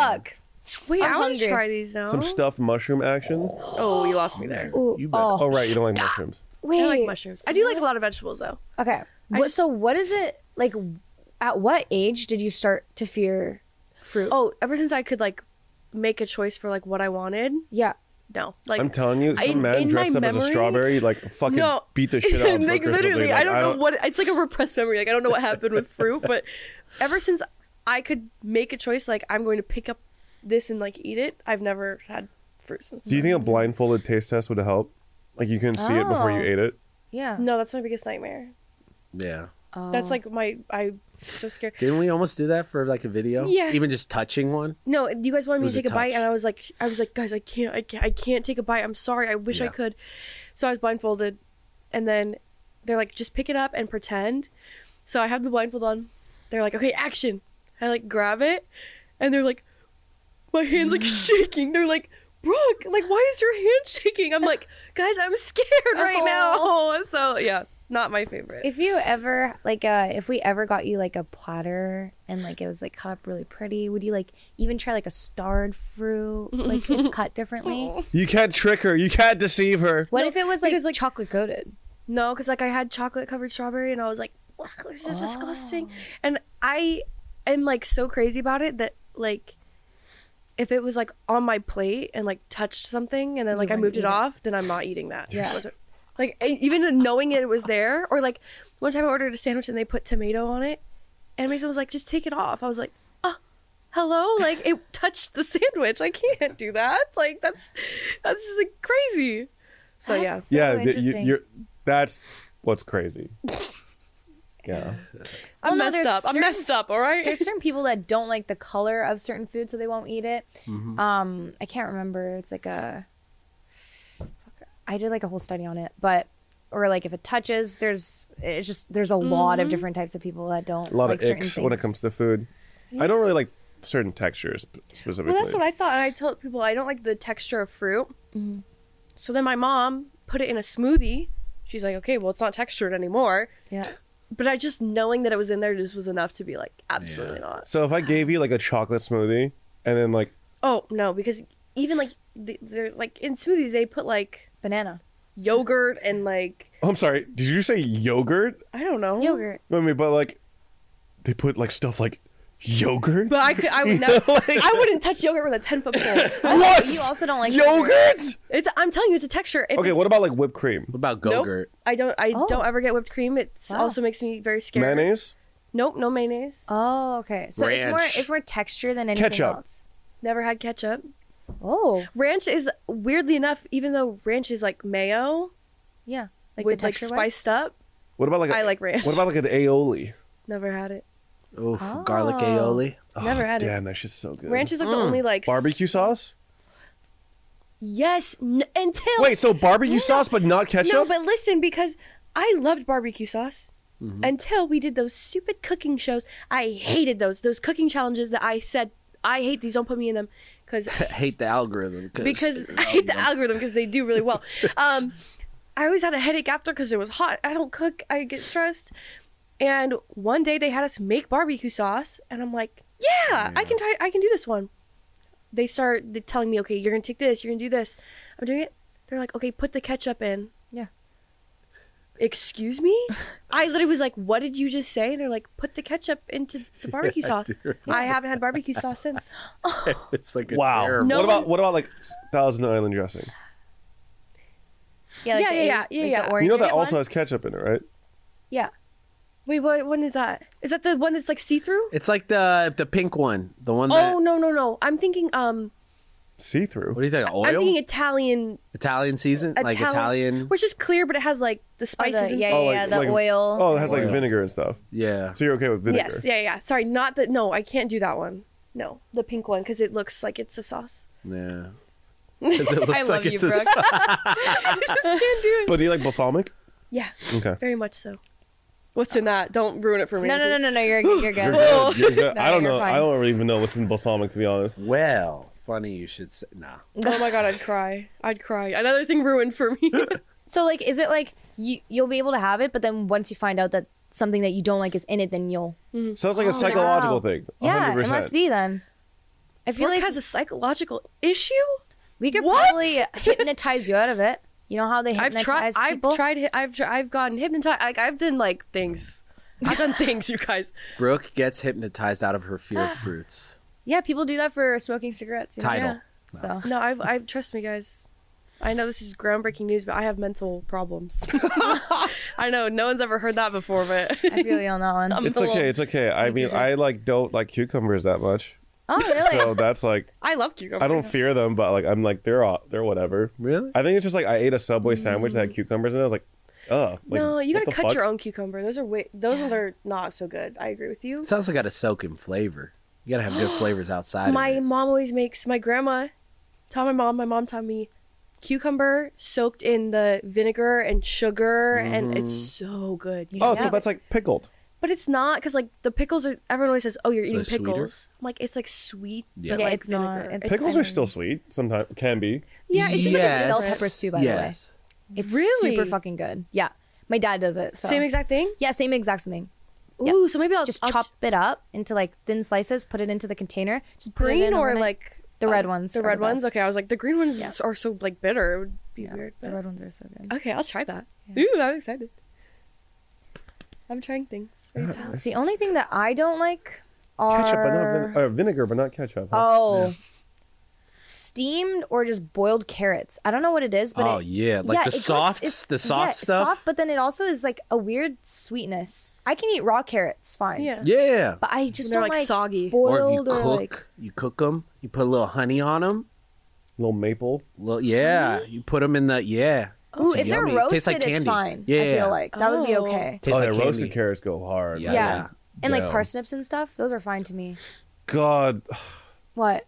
S1: Fuck.
S2: Wait,
S1: I'm
S2: I want to
S1: hungry.
S2: try these now.
S3: Some stuffed mushroom action.
S2: Oh, you lost me there.
S1: Ooh,
S4: You better-
S1: oh,
S3: Oh right, you don't like mushrooms.
S1: wait
S2: I like mushrooms. I do like a lot of vegetables though.
S1: Okay.
S2: I
S1: What,
S2: just-
S1: so what is it like? At what age did you start to fear fruit?
S2: Oh, ever since I could like make a choice for like what I wanted.
S1: yeah.
S2: No, like
S3: I'm telling you, some
S2: in-
S3: man
S2: in my
S3: dressed up as a
S2: memory-
S3: strawberry, like fucking
S2: No.
S3: beat the shit out of him.
S2: like
S3: for Christmas Day.
S2: literally,
S3: Like,
S2: I don't know what it's like a repressed memory. Like I don't know what happened with fruit, but ever since I could make a choice, like I'm going to pick up this and like eat it, I've never had fruit since.
S3: Do you think a blindfolded taste test would help? Like you couldn't see it before you
S1: Oh.
S3: ate it.
S1: Yeah.
S2: no, that's my biggest nightmare.
S4: Yeah.
S1: Oh.
S2: That's like my I'm so scared.
S4: Didn't we almost do that for like a video?
S2: Yeah.
S4: Even just touching one.
S2: No, you guys wanted
S4: It
S2: me
S4: was
S2: to take
S4: a
S2: a, bite,
S4: touch.
S2: and I was like, I was like, guys, I can't, I can't, I can't take a bite. I'm sorry. I wish I
S4: Yeah.
S2: could. So I was blindfolded, and then they're like, just pick it up and pretend. So I have the blindfold on. They're like, okay, action. I like grab it, and they're like, my hands like shaking. They're like, Brooke, like, why is your hand shaking? I'm like, guys, I'm scared right now. So yeah, not my favorite.
S1: If you ever like, uh, if we ever got you like a platter and like it was like cut up really pretty, would you like even try like a starred fruit? Like it's cut differently.
S3: You can't trick her. You can't deceive her.
S1: What if it was like,
S2: because, like-
S1: chocolate coated?
S2: No, because like I had chocolate covered strawberry and I was like, "Ugh, this is
S1: Oh.
S2: disgusting. And I am like so crazy about it that like if it was like on my plate and like touched something and then like I
S1: wouldn't
S2: moved
S1: eat it.
S2: it off, then I'm not eating that.
S1: Yeah.
S2: So it's- Like e- even knowing it was there, or like one time I ordered a sandwich and they put tomato on it, and Mason was like, "Just take it off." I was like, "Oh, hello!" Like it touched the sandwich. I can't do that. Like that's that's just like crazy. So
S1: That's
S2: yeah,
S3: yeah, th- you,
S1: interesting.
S3: you're. That's what's crazy. Yeah.
S1: Well, no,
S2: I'm messed
S1: there's
S2: up. I'm
S1: certain-
S2: messed up. All right.
S1: There's certain people that don't like the color of certain food, so they won't eat it.
S3: Mm-hmm.
S1: Um, I can't remember. It's like a. I did like a whole study on it, but or like if it touches, there's it's just there's a lot of different types of people that don't
S3: a lot
S1: like
S3: of
S1: certain
S3: icks
S1: things.
S3: when it comes to food. I don't really like certain textures p- specifically.
S2: Well, that's what I thought. And I tell Mm-hmm. people I don't like the texture of fruit. So then my mom put it in a smoothie. she's like, okay, well, it's not textured anymore.
S1: Yeah.
S2: But I just knowing that it was in there just was enough to be like, absolutely
S4: Yeah.
S2: not.
S3: So if I gave you like a chocolate smoothie and then like
S2: Oh no, because even like th- they're like in smoothies they put like
S1: Banana.
S2: yogurt and like
S3: oh, I'm sorry, did you say yogurt?
S2: I don't know
S1: Yogurt.
S3: I mean, but like they put like stuff like yogurt.
S2: But I could, I would never, I wouldn't touch yogurt with a ten foot pole.
S3: what?
S1: You also don't like
S3: yogurt?
S2: It's I'm telling you, it's a texture. If
S3: Okay,
S2: it's-
S3: what about like whipped cream?
S4: What about
S2: Nope.
S4: Gogurt?
S2: I don't I
S1: Oh.
S2: don't ever get whipped cream. It
S1: Wow.
S2: also makes me very scared.
S3: Mayonnaise?
S2: Nope, no mayonnaise.
S1: Oh, okay. So it's
S4: Ranch.
S1: more it's more texture than anything
S3: Ketchup.
S1: else.
S2: Never had ketchup.
S1: Oh,
S2: Ranch is weirdly enough, even though ranch is like mayo
S1: yeah. Like
S2: with
S1: the
S2: like
S1: texture
S2: spiced up.
S3: What about like a-
S2: I like ranch.
S3: What about like an aioli?
S2: Never had it.
S4: Oof,
S1: Oh.
S4: garlic aioli.
S2: Never had it.
S3: Damn, that shit's so good.
S2: Ranch is
S1: Mm.
S2: like the only like
S3: barbecue
S2: s-
S3: sauce?
S2: Yes, n- until
S3: Wait, so barbecue sauce but not ketchup?
S2: no, but listen, because I loved barbecue sauce
S3: Mm-hmm.
S2: until we did those stupid cooking shows. I hated those those cooking challenges that I said I hate these. Don't put me in them because
S4: I hate the algorithm
S2: because I hate the algorithm because they do really well. Um, I always had a headache after because it was hot. I don't cook. I get stressed. And one day they had us make barbecue sauce, and I'm like, yeah, I can try. I can do this one. They start th- telling me, okay, you're gonna take this. You're gonna do this. I'm doing it. They're like, okay, put the ketchup in.
S1: Yeah.
S2: Excuse me? I literally was like, what did you just say? And they're like, put the ketchup into the barbecue sauce. I haven't had barbecue sauce since.
S4: it's like a
S3: wow.
S4: terrible.
S2: No
S3: what about
S2: one-
S3: what about like Thousand Island dressing?
S1: Yeah, like
S2: Yeah,
S1: the
S2: yeah,
S1: egg- like
S2: yeah, yeah, yeah.
S1: The
S2: You
S1: orange
S3: You know that
S1: one?
S3: also has ketchup in it, right?
S1: Yeah.
S2: Wait, what one is that? Is that the one that's like see through?
S4: It's like the the pink one, the one that.
S2: Oh no no no! I'm thinking um,
S3: See through.
S4: What do you think? Oil?
S2: I'm thinking Italian,
S4: Italian season, like Italian.
S2: which is clear, but it has like the
S1: Oh, the,
S2: spices. and
S1: yeah,
S2: stuff.
S1: yeah, yeah, the oil.
S3: Oh, it has like
S4: Oil.
S3: vinegar and stuff.
S4: Yeah.
S3: So you're okay with vinegar?
S2: Yes, yeah, yeah, yeah. Sorry, not the no. I can't do that one. No, the pink one because it looks like it's a sauce.
S4: Yeah. 'Cause it looks
S1: I love
S4: like
S1: you,
S4: it's a
S1: Brooke.
S3: But do you like balsamic?
S2: Yeah,
S3: Okay.
S2: very much so. What's in that? Don't ruin it for me.
S1: No, no, no, no, no. You're good. You're
S3: You're
S1: good.
S3: good. You're good.
S1: No,
S3: I don't
S1: you're
S3: know.
S1: fine.
S3: I don't really even know what's in balsamic to be honest.
S4: Well, funny you should say. Nah.
S2: no. Oh my god, I'd cry. I'd cry. Another thing ruined for me.
S1: So like, is it like you you'll be able to have it, but then once you find out that something that you don't like is in it, then you'll
S3: Sounds like a psychological
S1: wow.
S3: thing.
S1: yeah,
S3: 100%.
S1: it must be then. I feel
S2: Brooke
S1: like
S2: has a psychological issue.
S1: we could
S2: What?
S1: probably hypnotize you out of it. You know how they
S2: I've tried.
S1: hypnotize
S2: I've
S1: people?
S2: tried. hi- I've tr- I've gotten hypnotized. Like I've done like things. I've done things, you guys.
S4: Brooke gets hypnotized out of her fear of fruits.
S1: Yeah, people do that for smoking cigarettes. You know?
S4: Title.
S2: Yeah.
S1: So
S2: No, I've, I've trust me, guys. I know this is groundbreaking news, but I have mental problems. I know no one's ever heard that before, but
S1: I feel you on that one.
S2: I'm
S3: It's
S2: a little-
S3: okay. It's okay. I mean, I like don't like cucumbers that much,
S1: oh really?
S3: so that's like
S2: I love cucumbers.
S3: I don't fear them, but like I'm like they're all, they're whatever.
S4: Really?
S3: I think it's just like I ate a Subway sandwich that had cucumbers in it. I was like, oh. Like,
S2: no, you
S3: what
S2: gotta
S3: the
S2: cut
S3: fuck?
S2: your own cucumber. Those are way, those ones are not so good. I agree with you.
S4: It's also got to soak in flavor. You got to have good flavors outside.
S2: my
S4: of it.
S2: mom always makes my grandma taught my mom. My mom taught me cucumber soaked in the vinegar and sugar, and it's so good. You
S3: Mm-hmm. Oh,
S2: just
S3: so
S2: have it.
S3: that's like pickled.
S2: But it's not because like the pickles are. Everyone always says, "Oh, you're eating
S4: they're sweeter?
S2: pickles." I'm like, it's like sweet.
S4: Yeah.
S2: but,
S1: Yeah,
S2: like,
S1: it's not-
S2: vinegar.
S1: it's-
S3: Pickles are still sweet. Sometimes can be.
S2: yeah, it's just like a bell
S1: Yes.
S2: pepper.
S1: peppers too, by the way.
S4: yes.
S1: It's
S2: Really?
S1: super fucking good. Yeah, my dad does it. So.
S2: Same exact thing.
S1: Yeah, same exact thing. Yep.
S2: Ooh, so maybe I'll
S1: Just
S2: I'll
S1: chop it up into like thin slices, put it into the container. Just put it
S2: green
S1: in
S2: or
S1: overnight.
S2: like
S1: The red
S2: um,
S1: ones
S2: The
S1: are
S2: red
S1: the
S2: ones.
S1: best.
S2: Okay, I was like the green ones
S1: Yeah.
S2: are so like bitter. It would be weird.
S1: the
S2: But...
S1: red ones are so good.
S2: Okay, I'll try that. Ooh, I'm excited. I'm trying things.
S1: It's the only thing that I don't like are
S3: Ketchup, but not vin- or vinegar, but not ketchup. huh?
S1: oh, steamed or just boiled carrots. I don't know what it is, but
S4: Oh
S1: it-
S4: yeah, like
S1: yeah,
S4: the
S1: it goes-
S4: soft,
S1: it's-
S4: the soft
S1: yeah,
S4: stuff.
S1: Soft, but then it also is like a weird sweetness. I can eat raw carrots, fine.
S2: Yeah.
S4: Yeah.
S1: but I just
S2: They're,
S1: don't
S2: like, soggy.
S1: boiled
S4: or if you cook,
S1: like
S4: you cook them. You put a little honey on them.
S3: little maple.
S4: Little, yeah, you put them in the yeah.
S1: Mm-hmm. Ooh,
S4: It's
S1: if they're
S4: yummy.
S1: roasted,
S4: Tastes like
S1: it's
S4: candy.
S1: fine.
S4: Yeah,
S1: I feel like that would be
S2: Oh.
S1: okay.
S4: Tastes
S3: oh,
S4: like
S3: yeah, roasted
S4: candy.
S3: carrots go hard.
S4: Yeah.
S1: Yeah, and like
S3: Damn.
S1: parsnips and stuff. Those are fine to me.
S3: God,
S1: What?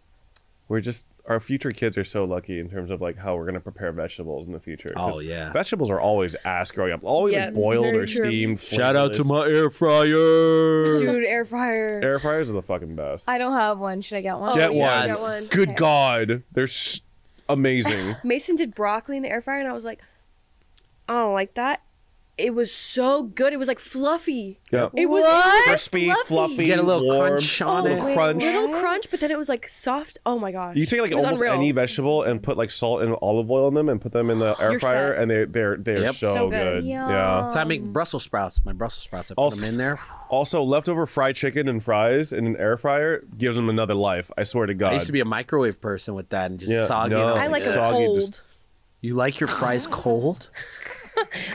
S3: we're just our future kids are so lucky in terms of like how we're gonna prepare vegetables in the future. 'Cause
S4: Oh, yeah.
S3: vegetables are always ass growing up, always
S2: Yeah,
S3: like boiled
S2: very
S3: or
S2: true.
S3: steamed.
S4: Shout out to
S3: flavorless.
S4: my air fryer.
S2: Dude, air fryer.
S3: air fryers are the fucking best.
S1: I don't have one. Should I get one?
S2: Oh,
S3: Get,
S2: yeah,
S3: one.
S4: get
S2: one.
S3: Good
S1: Okay.
S3: God, they're s- amazing.
S2: Mason did broccoli in the air fryer, and I was like, I don't like that. it was so good. It was like fluffy.
S3: Yeah.
S2: It was
S5: What?
S3: Crispy, fluffy,
S4: You get a little
S3: warm,
S4: crunch on
S3: little
S4: it.
S1: wait.
S3: crunch.
S2: Oh, little crunch, but then it was like soft. Oh my gosh.
S3: You take like
S2: It was
S3: almost
S2: unreal.
S3: any vegetable and put like salt and olive oil in them and put them in the air
S2: You're
S3: fryer
S2: set.
S3: and they they're they're
S4: Yep.
S3: so,
S2: So
S3: good.
S2: good.
S3: Yeah.
S1: Oh,
S4: So I make Brussels sprouts. My Brussels sprouts. I put
S3: Also-
S4: them in there.
S3: Also, leftover fried chicken and fries in an air fryer gives them another life. I swear to God.
S4: I used to be a microwave person with that and just
S3: Yeah,
S4: soggy.
S3: no.
S4: and was
S2: I like it
S3: Soggy,
S2: cold.
S3: just-
S4: You like your fries cold?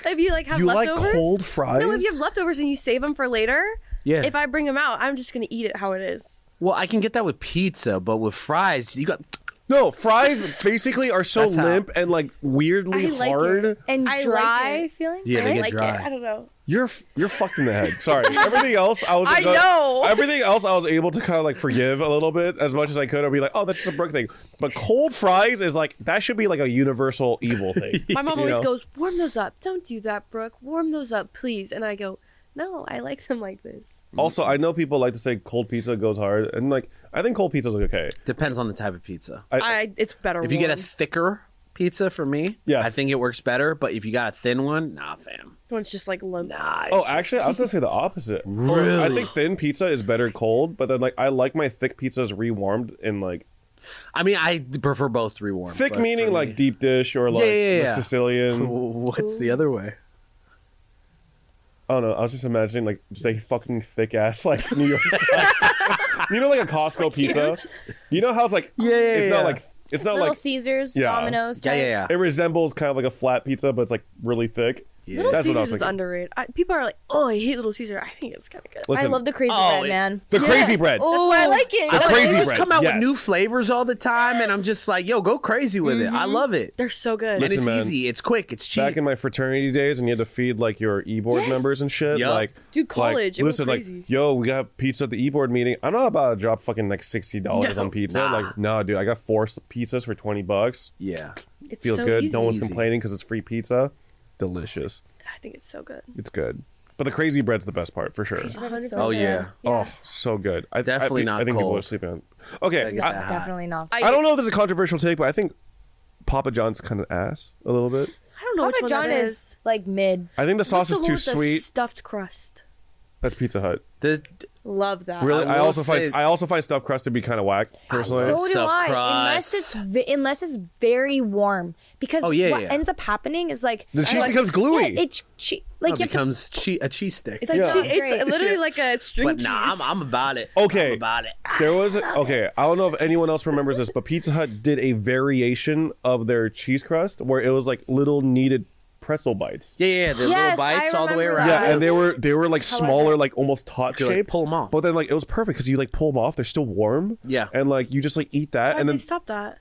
S5: If you like have
S3: you like
S5: leftovers,
S3: cold fries?
S2: No, if you have leftovers and you save them for later,
S4: Yeah.
S2: if I bring them out, I'm just gonna eat it how it is.
S4: well, I can get that with pizza, but with fries, you got
S3: No, fries basically are so
S4: That's how-
S3: limp and like weirdly
S2: I like
S3: hard.
S2: it.
S1: and
S2: I like
S1: dry
S2: it.
S1: feeling.
S4: yeah,
S2: I
S4: they get
S2: like
S4: dry.
S2: it. I don't know.
S3: You're f- you're fucked in the head. Sorry. Everything else I was.
S2: I
S3: gonna-
S2: know.
S3: Everything else I was able to kind of like forgive a little bit as much as I could. I'd be like, oh, that's just a Brooke thing. But cold fries is like that should be like a universal evil thing.
S2: My mom
S3: You
S2: always
S3: know?
S2: goes, "Warm those up. Don't do that, Brooke. Warm those up, please." And I go, "No, I like them like this."
S3: Also, I know people like to say cold pizza goes hard, and like I think cold pizza's okay.
S4: Depends on the type of pizza.
S3: I-
S2: I it's better.
S4: If you get a
S2: warm.
S4: thicker pizza for me,
S3: Yeah.
S4: I think it works better. But if you got a thin one, nah, fam.
S2: when it's just like lump.
S4: Nah.
S3: Oh,
S4: it's just-
S3: actually, I was gonna say the opposite.
S4: Really?
S3: I think thin pizza is better cold, but then like I like my thick pizzas rewarmed in like
S4: I mean, I prefer both rewarm.
S3: thick
S4: but
S3: meaning
S4: for
S3: like
S4: me-
S3: deep dish or like
S4: Yeah, yeah,
S3: the
S4: yeah.
S3: Sicilian.
S4: What's the other way?
S3: Oh no, I was just imagining like just a fucking thick ass like New York slice. you know, like a Costco pizza. You know how it's like
S4: Yeah, yeah,
S3: it's
S4: yeah.
S3: not like it's not
S1: Little
S3: like
S1: Caesars,
S3: Yeah.
S1: Domino's.
S4: Yeah,
S1: type.
S4: yeah,
S3: it
S4: yeah.
S3: resembles kind of like a flat pizza, but it's like really thick.
S2: Little
S3: That's what I was
S2: Caesars is
S3: thinking.
S2: underrated. I, people are like, "Oh, I hate Little Caesar." I think it's kind of good.
S1: I
S3: Listen,
S1: love the crazy
S4: Oh,
S1: bread,
S4: it-
S1: man.
S3: the crazy bread.
S1: Oh,
S2: That's why I like it.
S3: The
S2: I like
S3: crazy
S4: they
S2: it.
S4: just
S3: bread,
S4: come out
S3: yes.
S4: with new flavors all the time, and I'm just like, yo, go crazy with it.
S1: Mm-hmm.
S4: I love it.
S2: They're so good.
S4: and
S3: Listen,
S4: it's
S3: man.
S4: easy. It's quick. It's cheap.
S3: Back in my fraternity days, and you had to feed like your e board
S2: Yes.
S3: members and shit.
S4: Yup.
S3: Like,
S2: Dude,
S3: like,
S2: college, it was
S3: listen,
S2: crazy.
S3: like, yo, we got pizza at the e board meeting. I'm not about to drop fucking like sixty dollars
S2: No.
S3: on pizza.
S4: Nah.
S3: Like, no, dude, I got four s- pizzas for twenty bucks.
S4: yeah.
S2: It's
S3: Feels
S2: so
S3: good.
S2: Easy.
S3: No one's
S4: Easy.
S3: complaining because it's free pizza. Delicious.
S2: I think it's so good.
S3: It's good. But the crazy bread's the best part for sure.
S1: bread is so
S4: Oh,
S1: good.
S4: yeah.
S3: Oh, so good. I,
S4: Definitely
S3: I, I
S4: not
S3: think people are
S4: cold.
S3: sleeping on. Okay,
S4: get
S3: I,
S4: that. Ah.
S1: Definitely not.
S2: I,
S3: I don't know if this is a controversial take, but I think Papa John's kind of ass a little bit.
S2: I don't know
S1: Papa
S2: which one
S1: John
S2: that
S1: is, like mid.
S3: I think the sauce
S2: What's
S3: is
S2: the one
S3: too
S2: with the
S3: sweet.
S2: Stuffed crust.
S3: That's Pizza Hut.
S4: The
S2: Love that.
S3: Really,
S4: will
S3: I, also
S4: say-
S3: find I also find stuffed crust to be kind of whack personally.
S4: love
S1: So do
S4: Stuffed
S1: I. Unless it's
S4: crust.
S1: vi- unless it's very warm, because
S4: Oh, yeah,
S1: what
S4: yeah.
S1: ends up happening is like
S3: The cheese
S1: like-
S3: becomes gluey.
S1: Yeah, it ch- che- like
S4: it
S1: you have to-
S4: becomes che- a cheese stick.
S1: it's like
S3: Yeah.
S1: not
S3: It's-
S1: great.
S2: It's literally like a string
S4: but
S2: cheese.
S4: nah, I'm, I'm about it.
S3: Okay.
S4: I'm about it.
S3: there was a, okay. I don't know if anyone else remembers this, but Pizza Hut did a variation of their cheese crust where it was like little kneaded pretzel bites.
S4: Yeah, yeah, the
S1: Yes,
S4: little bites
S1: I
S4: all the way
S1: remember
S4: around.
S1: that.
S3: Yeah, and they were they were like
S1: How was
S3: smaller,
S1: it?
S3: like almost tot
S4: Could, like,
S3: shape.
S4: pull 'em off.
S3: But then like it was perfect because you like pull them off, they're still warm.
S4: Yeah.
S3: and like you just like eat that,
S2: Why'd
S3: and
S2: they
S3: then
S2: stop that?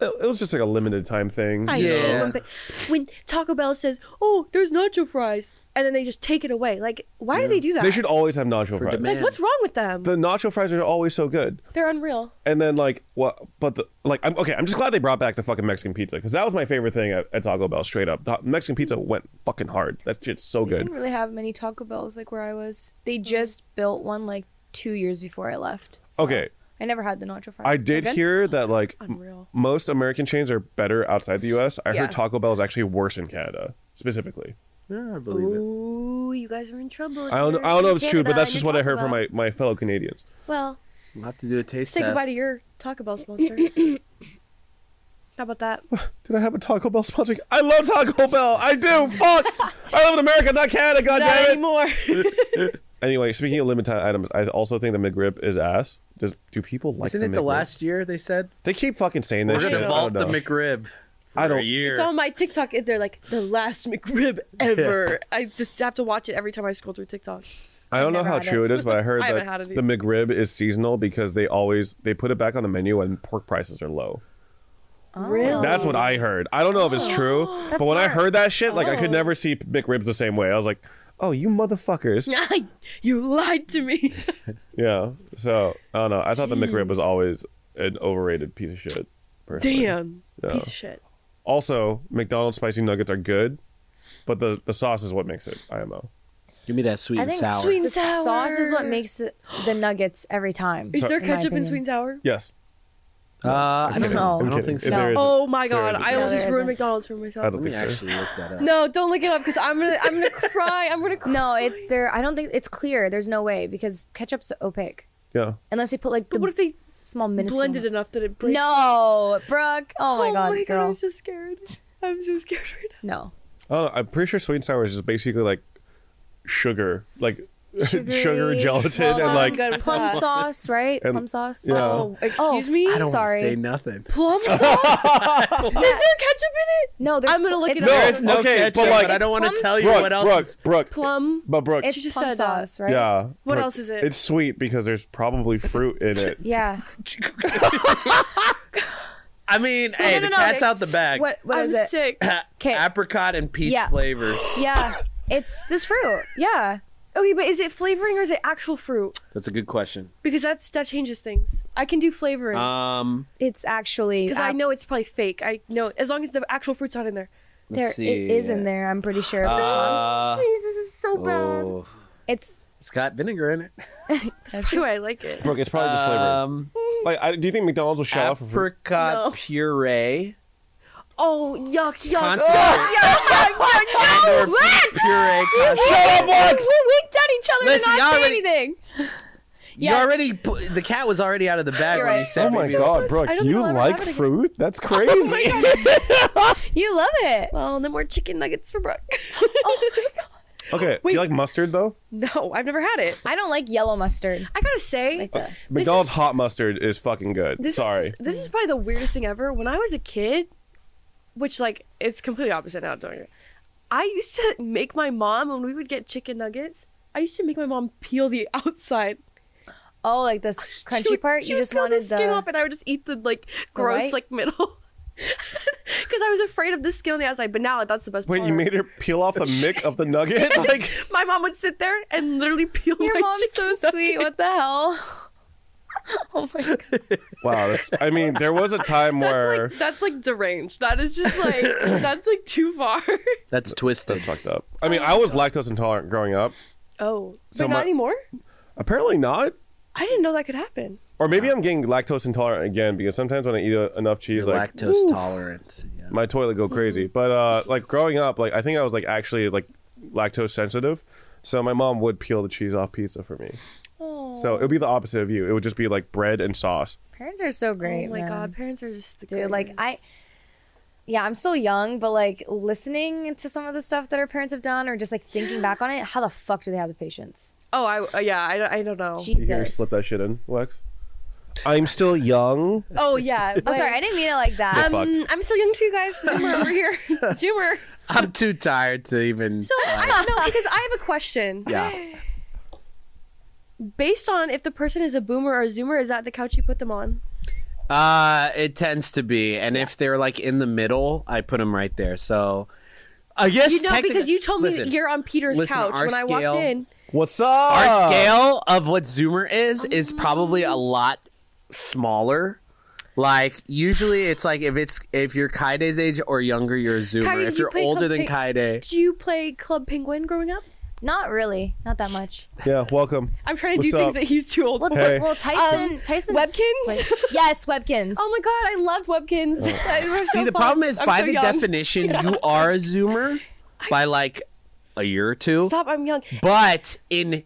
S3: it it was just like a limited time thing.
S2: I
S4: Yeah.
S2: know, but when Taco Bell says, "Oh, there's nacho fries," and then they just take it away, like why do they do that?
S3: They should always have nacho fries.
S4: demand.
S2: Like, what's wrong with them?
S3: The nacho fries are always so good.
S2: They're unreal.
S3: And then like what? But the like I'm okay. I'm just glad they brought back the fucking Mexican pizza because that was my favorite thing at, at Taco Bell. Straight up, the Mexican pizza went fucking hard. That shit's so
S1: I
S3: good.
S1: didn't really have many Taco Bells like where I was.
S2: Mm.
S1: They just built one like two years before I left. so
S3: Okay.
S1: I never had the nacho fries.
S3: I
S1: They're
S3: did
S1: good? Um,
S3: hear that like m-
S2: Unreal.
S3: most American chains are better outside the U.S. I
S2: Yeah.
S3: heard Taco Bell is actually worse in Canada specifically.
S4: Yeah, I believe it.
S2: Ooh, you guys are in trouble.
S3: I don't, I don't know if it's true, but that's just what I heard from my, my fellow Canadians.
S2: Well,
S4: We'll have to do a taste
S2: say
S4: test.
S2: goodbye to your Taco Bell sponsor. How about that?
S3: Did I have a Taco Bell sponsor? I love Taco Bell. I do. Fuck. I live in America, not Canada. God
S2: Not
S3: damn it.
S2: anymore.
S3: Anyway, speaking of limited time items, I also think the McRib is ass. Does do people like?
S4: Isn't
S3: the
S4: it the
S3: McRib?
S4: last year they said
S3: They keep fucking saying
S4: we're
S3: this shit.
S4: gonna
S3: I
S4: vault
S3: don't
S4: the
S3: know.
S4: McRib for
S3: I don't-
S4: a year?
S2: It's on my TikTok. and They're like the last McRib ever. I just have to watch it every time I scroll through TikTok.
S3: I don't know
S1: never
S3: how
S1: had it.
S3: true it is, but I heard
S2: I
S3: that
S2: haven't had it
S3: the McRib is seasonal because they always they put it back on the menu when pork prices are low.
S2: Oh. Really?
S3: That's what I heard. I don't know if it's true, but when I
S1: smart.
S3: heard that shit, like I could never see McRibs the same way. I was like, "Oh, you motherfuckers!"
S2: you lied to me.
S3: Yeah. So I don't know. I thought the McRib was always an overrated piece of shit. personally.
S2: Damn.
S3: Yeah.
S2: Piece of shit.
S3: Also, McDonald's spicy nuggets are good, but the the sauce is what makes it IMO.
S4: Give me that sweet
S1: I
S4: and
S1: think
S4: sour.
S2: sweet-
S1: the
S2: Sour.
S1: sauce is what makes it, the nuggets every time.
S2: Is there
S1: in my
S2: ketchup in
S1: opinion.
S2: Sweet and Sour?
S3: Yes.
S4: Uh, I don't
S1: kidding. I'm
S4: know. I don't
S3: kidding.
S4: think
S3: If there is-
S4: so.
S2: Oh my
S3: There
S2: god,
S3: is a
S2: I almost
S1: there
S2: just
S1: isn't.
S2: ruined McDonald's for
S3: I
S2: myself.
S4: Let
S3: don't
S4: me
S3: think so.
S4: actually look that up.
S2: No, don't look it up because I'm gonna I'm gonna cry. I'm gonna cry.
S1: No, it's there. I don't think it's clear. There's no way because ketchup's opaque
S3: Yeah.
S1: unless you put like the
S2: But what if they
S1: small minuscule.
S2: blended enough that it breaks?
S1: No, Brooke. Oh my god, girl.
S2: I'm so scared. I'm so scared right
S1: No.
S3: Oh, I'm pretty sure sweet and sour is just basically like sugar, like sugar,
S1: Sugary-
S3: gelatin,
S2: Well,
S3: and like
S2: good with
S1: plum
S2: that.
S1: sauce, right?
S3: And-
S1: plum sauce.
S3: yeah.
S2: now.
S3: Oh,
S2: Oh, excuse me.
S4: I don't want to
S1: Sorry.
S4: say nothing.
S2: Plum sauce? Is there ketchup in it?
S1: No, there's,
S2: I'm gonna look
S1: it's
S2: it up.
S1: plum-
S2: There
S4: There
S2: is
S4: is
S3: no
S4: no
S3: Okay, ketchup,
S4: ketchup,
S3: but
S4: but,
S3: like-
S4: I don't want to tell you
S3: Brooke,
S4: what else.
S3: Brooke,
S4: is...
S3: Brooke,
S2: Plum.
S3: but Brooke,
S1: It's
S2: just
S1: plum
S2: said uh, that.
S1: sauce, right?
S3: yeah.
S2: What
S3: Brooke.
S2: else is it?
S3: It's sweet because there's probably fruit in it.
S1: Yeah.
S4: I mean, hey,
S1: no,
S4: the
S1: no,
S4: cat's
S1: no.
S4: out the bag.
S1: What What
S2: I'm
S1: is it?
S2: sick.
S1: Okay.
S4: Apricot and peach
S1: Yeah.
S4: flavors.
S1: Yeah. It's this fruit. Yeah.
S2: Okay, but is it flavoring or is it actual fruit?
S4: That's a good question.
S2: Because that's that changes things. I can do flavoring
S4: Um,
S1: It's actually
S2: because I know it's probably fake. I know as long as the actual fruit's not in there.
S4: let's
S1: there
S4: see.
S1: it is in there. I'm pretty sure.
S4: Uh,
S2: Please, this is so bad.
S4: oh,
S1: it's
S4: it's got vinegar in it.
S2: That's why I like it.
S3: Brooke, it's probably just flavor.
S4: Um,
S3: Like, I, do you think McDonald's will shout out for fruit?
S4: apricot
S2: No.
S4: puree.
S2: Oh yuck yuck. Oh,
S4: Concentrate. or
S1: What?
S4: puree.
S3: Shut up, Brooks!
S1: We winked at each other
S4: Listen,
S1: and not
S4: y'all
S1: say
S4: already-
S1: anything.
S4: You
S1: Yeah.
S4: already pu- the cat was already out of the bag
S1: You're
S4: when you
S1: right.
S4: said
S3: Oh my
S4: maybe it was-
S3: god, Brooke,
S2: I don't
S3: you
S2: know how to
S3: like
S2: have it again.
S3: fruit? That's
S2: Oh
S3: crazy.
S1: You love it.
S2: Well, no more chicken nuggets for Brooke.
S3: okay, do you like mustard though?
S2: no, I've never had it.
S1: I don't like yellow mustard.
S2: I gotta say,
S1: Like the
S3: McDonald's hot mustard is fucking good.
S2: This
S3: Sorry.
S2: Is, this is probably the weirdest thing ever. When I was a kid, which like it's completely opposite now doing it. I used to make my mom when we would get chicken nuggets. I used to make my mom peel the outside.
S1: oh, like this
S2: She
S1: crunchy
S2: would-
S1: part.
S2: she
S1: You
S2: would
S1: just
S2: peel
S1: wanted
S2: the skin off, and I would just eat the like gross
S1: white?
S2: like middle. Because I was afraid of the skin on the outside, but now that's the best
S3: Wait,
S2: part.
S3: you made her peel off the mick of the nugget? Like,
S2: my mom would sit there and literally peel
S1: Your
S2: my
S1: mom's so
S2: chicken
S1: sweet.
S2: nugget.
S1: What the hell? Oh my god.
S3: wow. That's, I mean, there was a time
S2: That's
S3: where
S2: like that's like deranged. That is just like that's like too far.
S4: That's twisted.
S3: that's fucked up. I mean, I was lactose intolerant growing up.
S2: Oh,
S3: So
S2: but
S3: my-
S2: not anymore.
S3: Apparently not.
S2: I didn't know that could happen.
S3: Or maybe I'm getting lactose intolerant again because sometimes when I eat a, enough cheese,
S4: You're
S3: like
S4: lactose tolerant. Yeah.
S3: my toilet go crazy. But uh, like growing up, like I think I was like actually like lactose sensitive. So my mom would peel the cheese off pizza for me.
S2: Oh,
S3: So it would be the opposite of you. It would just be like bread and sauce.
S1: Parents are so great.
S2: oh my
S1: man.
S2: god, parents are just the
S1: Dude, like
S2: greatest.
S1: I yeah, I'm still young, but like listening to some of the stuff that our parents have done or just like thinking back on it, how the fuck do they have the patience?
S2: Oh, I uh, yeah, I, don't- I don't know.
S3: You hear her
S1: Jesus.
S3: slip that shit in, Lex? I'm still young.
S2: Oh yeah,
S1: I'm sorry, I didn't mean it like that. Um,
S3: Yeah.
S2: am
S3: fucked.
S2: Um, I'm still young too, guys. Zoomer over here, Zoomer.
S4: I'm too tired to even.
S2: So I no, because I have a question.
S4: Uh. yeah.
S2: Based on if the person is a boomer or a Zoomer, is that the couch you put them on?
S4: Uh, it tends to be, and if they're like in the middle, I put them right there. So I guess
S2: You know,
S4: technically-
S2: because you told me
S4: Listen,
S2: that you're on Peter's
S4: listen,
S2: couch
S4: our
S2: when I walked
S4: scale-
S2: in.
S3: What's up?
S4: our scale of what Zoomer is is probably a lot smaller. Like usually, it's like if it's if you're Kaide's age or younger, you're a Zoomer.
S2: Kaide, did
S4: if
S2: you
S4: you're
S2: play
S4: older than
S2: Cupcake-
S4: Kaide,
S2: Did you play Club Penguin growing up?
S1: Not really, not that much.
S3: Yeah, welcome.
S2: I'm trying to
S3: What's
S2: do
S3: up?
S2: things that he's too old
S1: Well,
S2: for.
S1: t-
S3: Hey.
S1: well Tyson Tyson
S2: Webkins?
S1: Wait, yes, Webkins.
S2: Oh my god, I loved Webkins. They were
S4: See,
S2: so
S4: the
S2: fun.
S4: problem is
S2: I'm
S4: by
S2: so
S4: the
S2: young.
S4: definition, you are a zoomer by like a year or two.
S2: Stop, I'm young.
S4: But in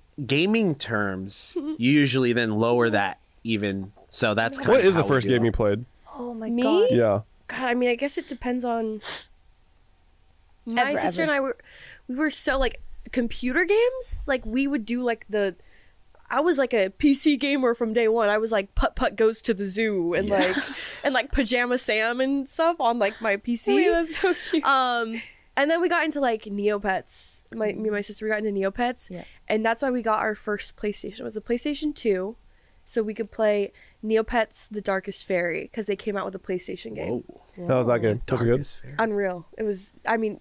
S4: gaming terms, you usually then lower that even. So that's kind
S3: What
S4: of
S3: is
S4: how
S3: the
S4: we
S3: first
S4: do
S3: game
S4: it.
S3: you played?
S1: Oh my
S2: Me?
S1: god.
S3: Yeah.
S2: God, I mean, I guess it depends on. My
S1: Ever,
S2: sister
S1: ever.
S2: and I were, we were so like computer games. Like we would do like the, I was like a PC gamer from day one. I was like putt putt goes to the zoo and
S4: Yes.
S2: like and like pajama Sam and stuff on like my PC.
S1: that's so cute.
S2: Um, and then we got into like Neopets. My me and my sister we got into Neopets,
S1: Yeah.
S2: and that's why we got our first PlayStation. It was a PlayStation Two, so we could play Neopets: The Darkest Fairy because they came out with a PlayStation game.
S4: Whoa.
S3: That was that game. Was it good?
S4: Darkest fair.
S2: Unreal. It was. I mean,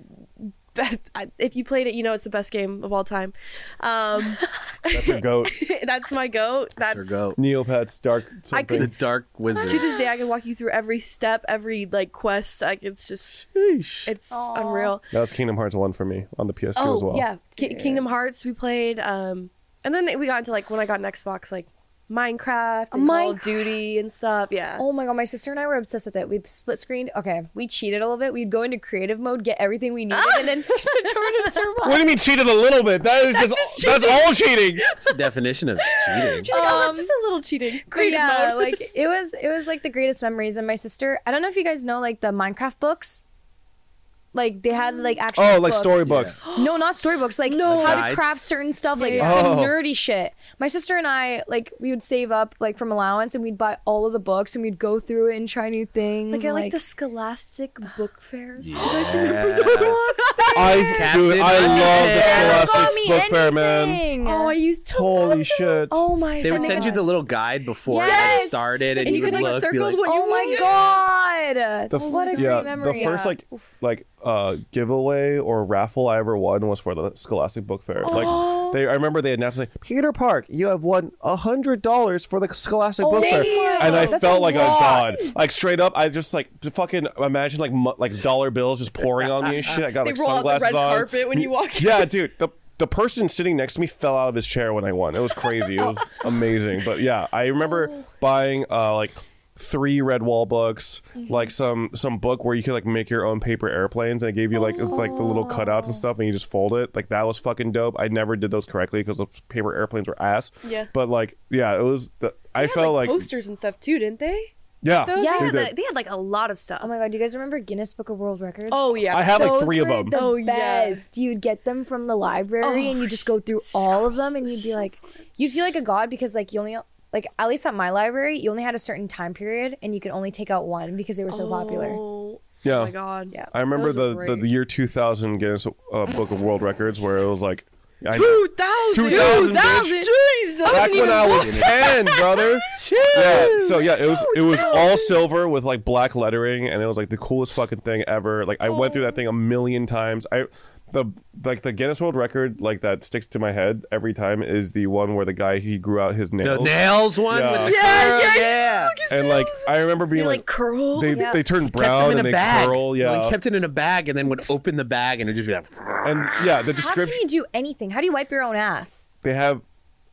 S2: I- if you played it, you know it's the best game of all time. Um,
S3: That's a goat.
S2: that's my goat. That's
S4: Or go.
S3: Neopets, dark.
S2: I
S4: The
S3: something.
S4: Dark
S2: To
S4: Wizard.
S2: this day, I can walk you through every step, every like quest. Like it's just, it's
S1: Aw.
S2: unreal.
S3: That was Kingdom Hearts 1 for me on the PS2
S2: oh,
S3: as well.
S2: Yeah, Ki Kingdom Hearts we played, um, and then we got into like when I got an Xbox, like Minecraft and Call of
S1: Minecraft.
S2: Duty and stuff. Yeah.
S1: Oh my god, my sister and I were obsessed with it. We split screened. Okay, we cheated a little bit. We'd go into creative mode, get everything we needed, and then switch to Jordan to
S3: What do
S1: survive.
S3: you mean cheated a little bit? That is that's just, that's all cheating.
S4: Definition of cheating.
S1: Um,
S5: just a little cheating.
S1: but yeah, like it was it was like the greatest memories. And my sister, I don't know if you guys know like the Minecraft books. Like they had
S2: Mm.
S1: like actual
S3: Oh, like
S1: books.
S3: storybooks.
S1: No, not storybooks. Like how to
S4: Guides?
S1: craft certain stuff, like
S3: yeah.
S1: the
S3: Oh.
S1: nerdy shit. My sister and I, like, we would save up like from allowance, and we'd buy all of the books, and we'd go through it and try new things.
S2: Like I like
S1: like-
S2: the Scholastic book fairs.
S4: Yeah.
S3: I dude, I love
S4: Captain
S3: the
S4: America.
S1: Bought
S3: Scholastic
S1: me
S3: Book Fair, man.
S1: anything.
S2: Oh, I used to.
S3: Holy shit.
S1: Oh my.
S4: They would
S1: God.
S4: send you the little guide before it
S1: Yes!
S4: started, and,
S2: And
S4: you
S2: you
S4: would
S2: could, like,
S4: look, be
S2: circle
S4: like,
S2: what
S1: Oh my god!
S3: The f-
S1: what a great
S3: yeah,
S1: memory.
S3: the first
S1: Yeah.
S3: like like uh giveaway or raffle I ever won was for the Scholastic Book Fair.
S1: Oh.
S3: Like they, I remember they announced like Peter Park, you have won a hundred dollars for the Scholastic
S1: Oh,
S3: Book Fair,
S1: damn.
S3: and I
S1: That's
S3: felt
S1: a
S3: like
S1: lot.
S3: a god. Like straight up, I just like to fucking imagine like mu- like dollar bills just pouring on me and shit. I got
S2: They
S3: like
S2: roll out the
S3: sunglasses
S2: red
S3: on.
S2: carpet when you walk in.
S3: Yeah, dude. The, the person sitting next to me fell out of his chair when I won. It was crazy. It was amazing. But yeah, I remember
S2: Oh.
S3: buying uh, like three red wall books,
S2: Mm-hmm.
S3: like some some book where you could like make your own paper airplanes, and it gave you like it's like the little cutouts
S2: Oh.
S3: and stuff, and you just fold it. Like that was fucking dope. I never did those correctly because the paper airplanes were ass.
S2: Yeah.
S3: But like, yeah, it was. The, I
S2: They had,
S3: felt
S2: like,
S3: like,
S2: posters and stuff too, didn't they?
S3: yeah,
S2: those-
S1: Yeah,
S3: they
S5: Yeah,
S3: did.
S5: they had like a lot of
S1: Oh
S5: stuff.
S1: my god! Do you guys remember Guinness Book of World Records?
S2: Oh yeah.
S3: I had like
S1: Those
S3: three of
S1: were
S3: them.
S1: The
S2: Oh, yeah.
S1: best. You'd get them from the library,
S2: Oh,
S1: and you just go through all of them, and you'd be like, you'd feel like a god because like you only like at least at my library, you only had a certain time period, and you could only take out one because they were so popular.
S2: Oh,
S3: Yeah.
S2: Oh my god.
S1: Yeah.
S3: I remember
S2: Those
S3: the,
S2: are
S3: the, the
S2: great.
S3: year 2000 Guinness uh, Book of World Records where it was like I know,
S2: Two thousand.
S3: 2000, bitch.
S2: Jesus.
S3: back when I was 10, brother. yeah, so yeah, it was it was all silver with like black lettering and it was like the coolest fucking thing ever. Like I went through that thing a million times. I the like the Guinness World Record like that sticks to my head every time is the one where the guy he grew out his
S4: the
S3: nails.
S4: nails one
S3: Yeah.
S4: with the
S2: Yeah,
S4: curl,
S2: yeah,
S4: yeah.
S3: and like I remember being
S2: They like
S3: like,
S2: curl.
S3: they
S1: yeah.
S3: they turn
S4: Kept
S3: brown
S4: them in
S3: and
S4: a
S3: they
S4: bag.
S3: curl, yeah.
S4: Well, he kept it in a bag and then would open the bag and it would just be like,
S3: and yeah, the
S1: How can
S3: description
S1: you do anything? How do you wipe your own ass?
S3: they have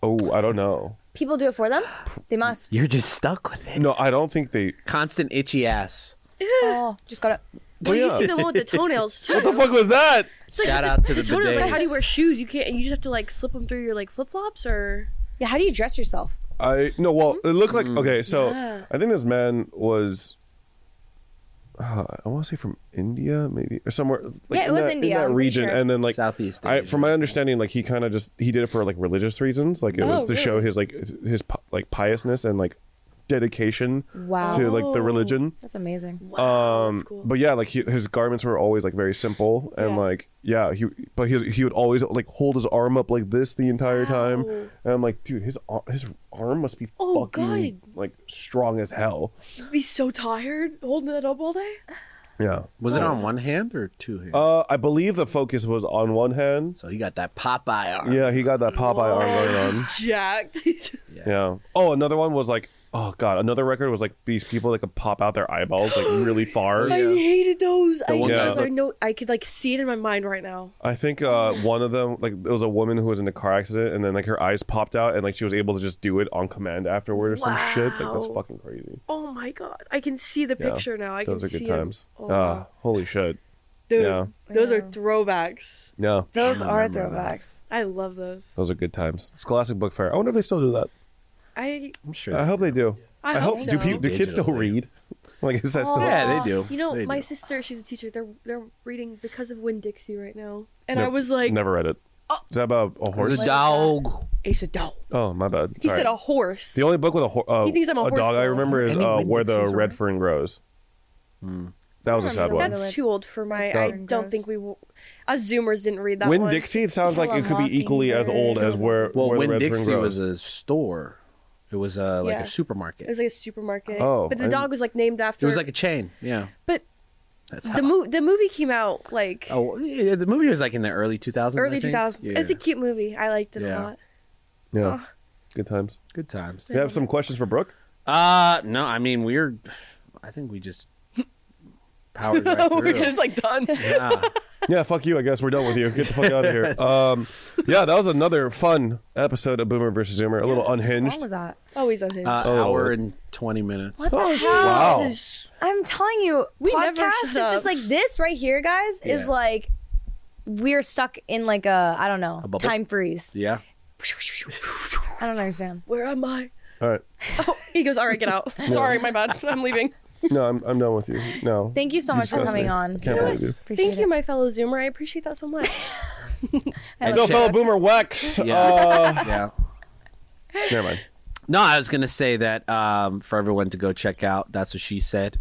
S3: oh, I don't know.
S1: People do it for them. They must.
S4: you're just stuck with it.
S3: No, I don't think they
S4: Constant itchy ass.
S1: Oh, just gotta.
S2: Well, you
S3: yeah.
S2: see the one with the toenails too.
S3: What the fuck was that?
S4: Shout out to the
S2: toenails. Like, how do you
S4: bidets.
S2: wear shoes? You can't. You just have to like slip them through your like flip flops or.
S1: Yeah, how do you dress yourself?
S3: I no. Well, it looked like okay. So
S2: Yeah.
S3: I think this man was. Uh, I want to say from India, maybe or somewhere. Like,
S1: Yeah, it
S3: in
S1: was
S3: that,
S1: India,
S3: In that
S1: I'm pretty
S3: region,
S1: sure.
S3: and then like
S4: Southeast
S3: I,
S4: Asia.
S3: from my understanding, like he kind of just he did it for like religious reasons. Like it was
S2: Oh,
S3: to show
S2: really?
S3: his like his pi- like piousness and like dedication
S1: Wow,
S3: to like
S1: Oh.
S3: the religion.
S1: that's amazing.
S2: Wow,
S3: um
S2: that's cool.
S3: but yeah like he, his garments were always like very simple and
S2: Yeah.
S3: like yeah he but he, he would always like hold his arm up like this the entire time
S2: Wow.
S3: and i'm like dude his ar- his arm must be
S2: Oh,
S3: fucking like strong as hell
S2: You'd be so tired holding that up all day.
S3: yeah
S4: Was it on one hand or two hands?
S3: uh i believe the focus was on one hand
S4: so you got that Popeye arm.
S3: yeah he got that popeye arm going on
S2: Oh, Just jacked.
S3: yeah oh another one was like oh god another record was like these people that could pop out their eyeballs like really far
S2: I hated those. I,
S4: one
S2: hated
S3: guy
S2: those.
S3: that-
S2: I know. I could like see it in my mind right now.
S3: I think uh, one of them, like, there was a woman who was in a car accident, and then like her eyes popped out, and like she was able to just do it on command afterward or some shit. Like that's
S2: Wow.
S3: fucking crazy.
S2: Oh my god! I can see the
S3: Yeah,
S2: picture now. I
S3: Those
S2: can
S3: are
S2: see
S3: good
S2: it.
S3: times.
S2: Oh,
S3: Ah,
S2: wow.
S3: holy shit.
S2: Dude,
S3: Yeah.
S2: those are
S1: Wow.
S2: throwbacks.
S3: Yeah,
S1: Those
S4: don't
S1: are
S4: remember
S1: throwbacks.
S2: I love those.
S3: those are good times. Scholastic Book Fair. I wonder if they still do that.
S2: I
S4: I'm sure.
S3: I hope they do.
S2: I,
S3: I hope
S2: hope,
S3: do
S2: so. Oh,
S3: people do kids still
S4: Digitally.
S3: read? Like is that still?
S4: Yeah, they do.
S2: You know,
S4: They
S2: my
S4: do.
S2: sister, she's a teacher. They're they're reading because of Win Dixie right now, and I
S3: Never-
S2: was like, oh.
S3: Never read it. Is that about a
S4: There's
S3: horse?
S4: a dog.
S2: it's a dog.
S3: Oh my bad.
S2: He
S3: Sorry.
S2: said a horse.
S3: The only book with a ho- uh,
S2: He thinks I'm a horse
S3: dog I
S2: girl.
S3: remember is
S4: Any
S3: uh,
S4: Winn
S3: where the
S4: Dixie's
S3: red
S4: around?
S3: fern grows. Hmm. That was a sad one.
S2: That's too old for my.
S3: Yeah.
S2: I don't think we. Will, us Zoomers didn't read that
S3: Win
S2: one.
S3: Dixie. It sounds like
S1: Kill
S3: it
S1: a
S3: could be equally as
S1: Mockingbird.
S3: old as where
S4: Well,
S3: where the
S4: when
S3: red
S4: Dixie
S3: fern
S4: was
S3: grows.
S4: a store, it was uh, like
S2: Yeah.
S4: a supermarket.
S2: It was like a supermarket.
S3: Oh,
S2: but
S3: I
S2: the dog
S3: didn't-
S2: was like named after.
S4: It was like a chain. Yeah.
S2: But
S4: That's how.
S2: the mo- the movie came out like
S4: oh, yeah, the movie was like in the early 2000s. I
S2: early
S4: think.
S2: 2000s.
S4: Yeah.
S2: It's a cute movie. I liked it
S4: Yeah.
S2: a lot.
S3: yeah,
S1: Oh.
S3: good times.
S4: Good times.
S3: Do you have some questions for Brooke?
S4: Uh, no, I mean, we're. I think we just powered right through.
S2: We're just like done.
S4: yeah.
S3: yeah, fuck you. I guess we're done with you. Get the fuck out of here. Um, yeah, that was another fun episode of Boomer versus Zoomer. A little
S1: How
S3: unhinged.
S1: long was that?
S2: Always on him.
S4: Uh,
S3: Oh.
S4: Hour and 20 minutes.
S3: Oh, wow.
S1: I'm telling you,
S2: We
S1: podcast
S2: never shut
S1: is
S2: up.
S1: just like this right here, guys. Is
S4: Yeah.
S1: like we're stuck in like a I don't know
S4: bubble?
S1: time freeze.
S4: Yeah.
S1: I don't understand.
S2: Where am I?
S3: All right.
S2: Oh, he goes, all right, get out. Sorry, my bad. I'm leaving.
S3: No, I'm, I'm done with you. No.
S1: Thank you so much for
S3: disgust me.
S1: coming on.
S3: I can't believe you.
S1: Appreciate
S2: Thank you, my fellow Zoomer. I appreciate that so much.
S1: it.
S3: So,
S4: Okay.
S3: fellow Boomer Wex.
S4: Yeah.
S3: Uh,
S4: Oh, Yeah.
S3: never mind.
S4: No, I was gonna say that um, for everyone to go check out. That's what she said.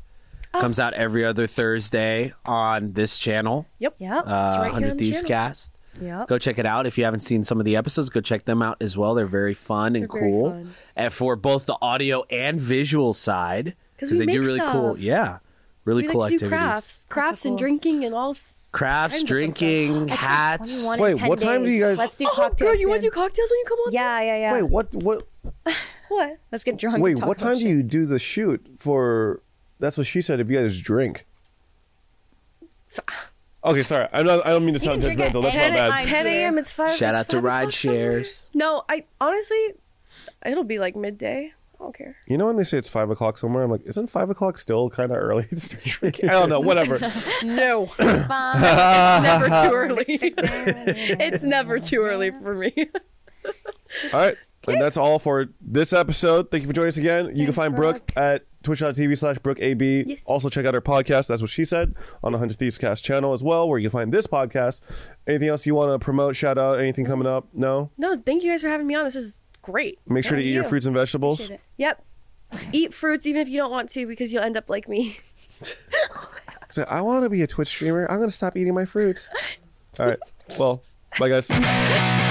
S2: Oh.
S4: Comes out every other Thursday on this channel,
S2: Yep.
S1: Yep.
S2: right
S4: uh,
S2: here on
S4: 100
S2: the
S4: Thieves
S2: channel.
S4: Cast.
S2: Oh.
S1: yep.
S4: Go check it out. If you haven't seen some of the episodes, go check them out as well. They're very fun and
S2: They're very
S4: cool.
S2: fun.
S4: And for both the audio and visual side,
S2: 'Cause
S4: because
S2: we
S4: they do
S2: make
S4: really
S2: stuff.
S4: cool, yeah, really
S2: We
S4: cool
S2: like to do
S4: activities.
S2: crafts, crafts
S1: so
S2: and
S1: cool.
S2: drinking and all. s-
S4: Crafts, drinking, hats.
S1: 21
S3: Wait,
S1: in 10
S3: what time do you
S1: days.
S3: guys-
S1: Let's do
S2: Oh,
S1: cocktails.
S2: girl, you want to
S1: soon.
S2: do cocktails when you come on?
S1: Yeah, yeah, yeah.
S3: Wait, what? What?
S2: What?
S1: Let's get drunk. and
S3: Wait,
S1: talk
S3: what
S1: about
S3: time do
S1: shit.
S3: you do the shoot for? That's what she said. If you guys drink. Okay, sorry. I'm not. I don't mean to sound
S1: can drink at
S3: judgmental. That's my
S1: any
S3: bad.
S1: time.
S2: 10 a.m. It's five.
S4: Shout
S2: it's
S4: out to
S2: five o'clock
S4: ride shares.
S2: somewhere. No, I honestly, it'll be like midday. I don't care.
S3: You know when they say it's five o'clock somewhere, I'm like, isn't five o'clock still kind of early to start drinking? I don't know. Whatever.
S2: No,
S1: Fun.
S2: never too early. it's never too early for me.
S3: All right. And that's all for this episode. Thank you for joining us again. You can
S1: Thanks,
S3: find Brooke,
S1: Brooke.
S3: at twitch.tv slash BrookeAB.
S2: Yes.
S3: Also, check out our podcast, That's What She Said, on the Hundred Thieves Cast channel as well, where you can find this podcast. Anything else you want to promote, shout out, anything coming up? No?
S2: No, thank you guys for having me on. This is great.
S3: Make sure to
S1: Thank
S3: eat your
S1: you.
S3: fruits and vegetables.
S1: Appreciate it.
S2: Yep. Eat fruits even if you don't want to because you'll end up like me.
S3: So, I want to be a Twitch streamer. I'm going to stop eating my fruits. all right. Well, bye, guys.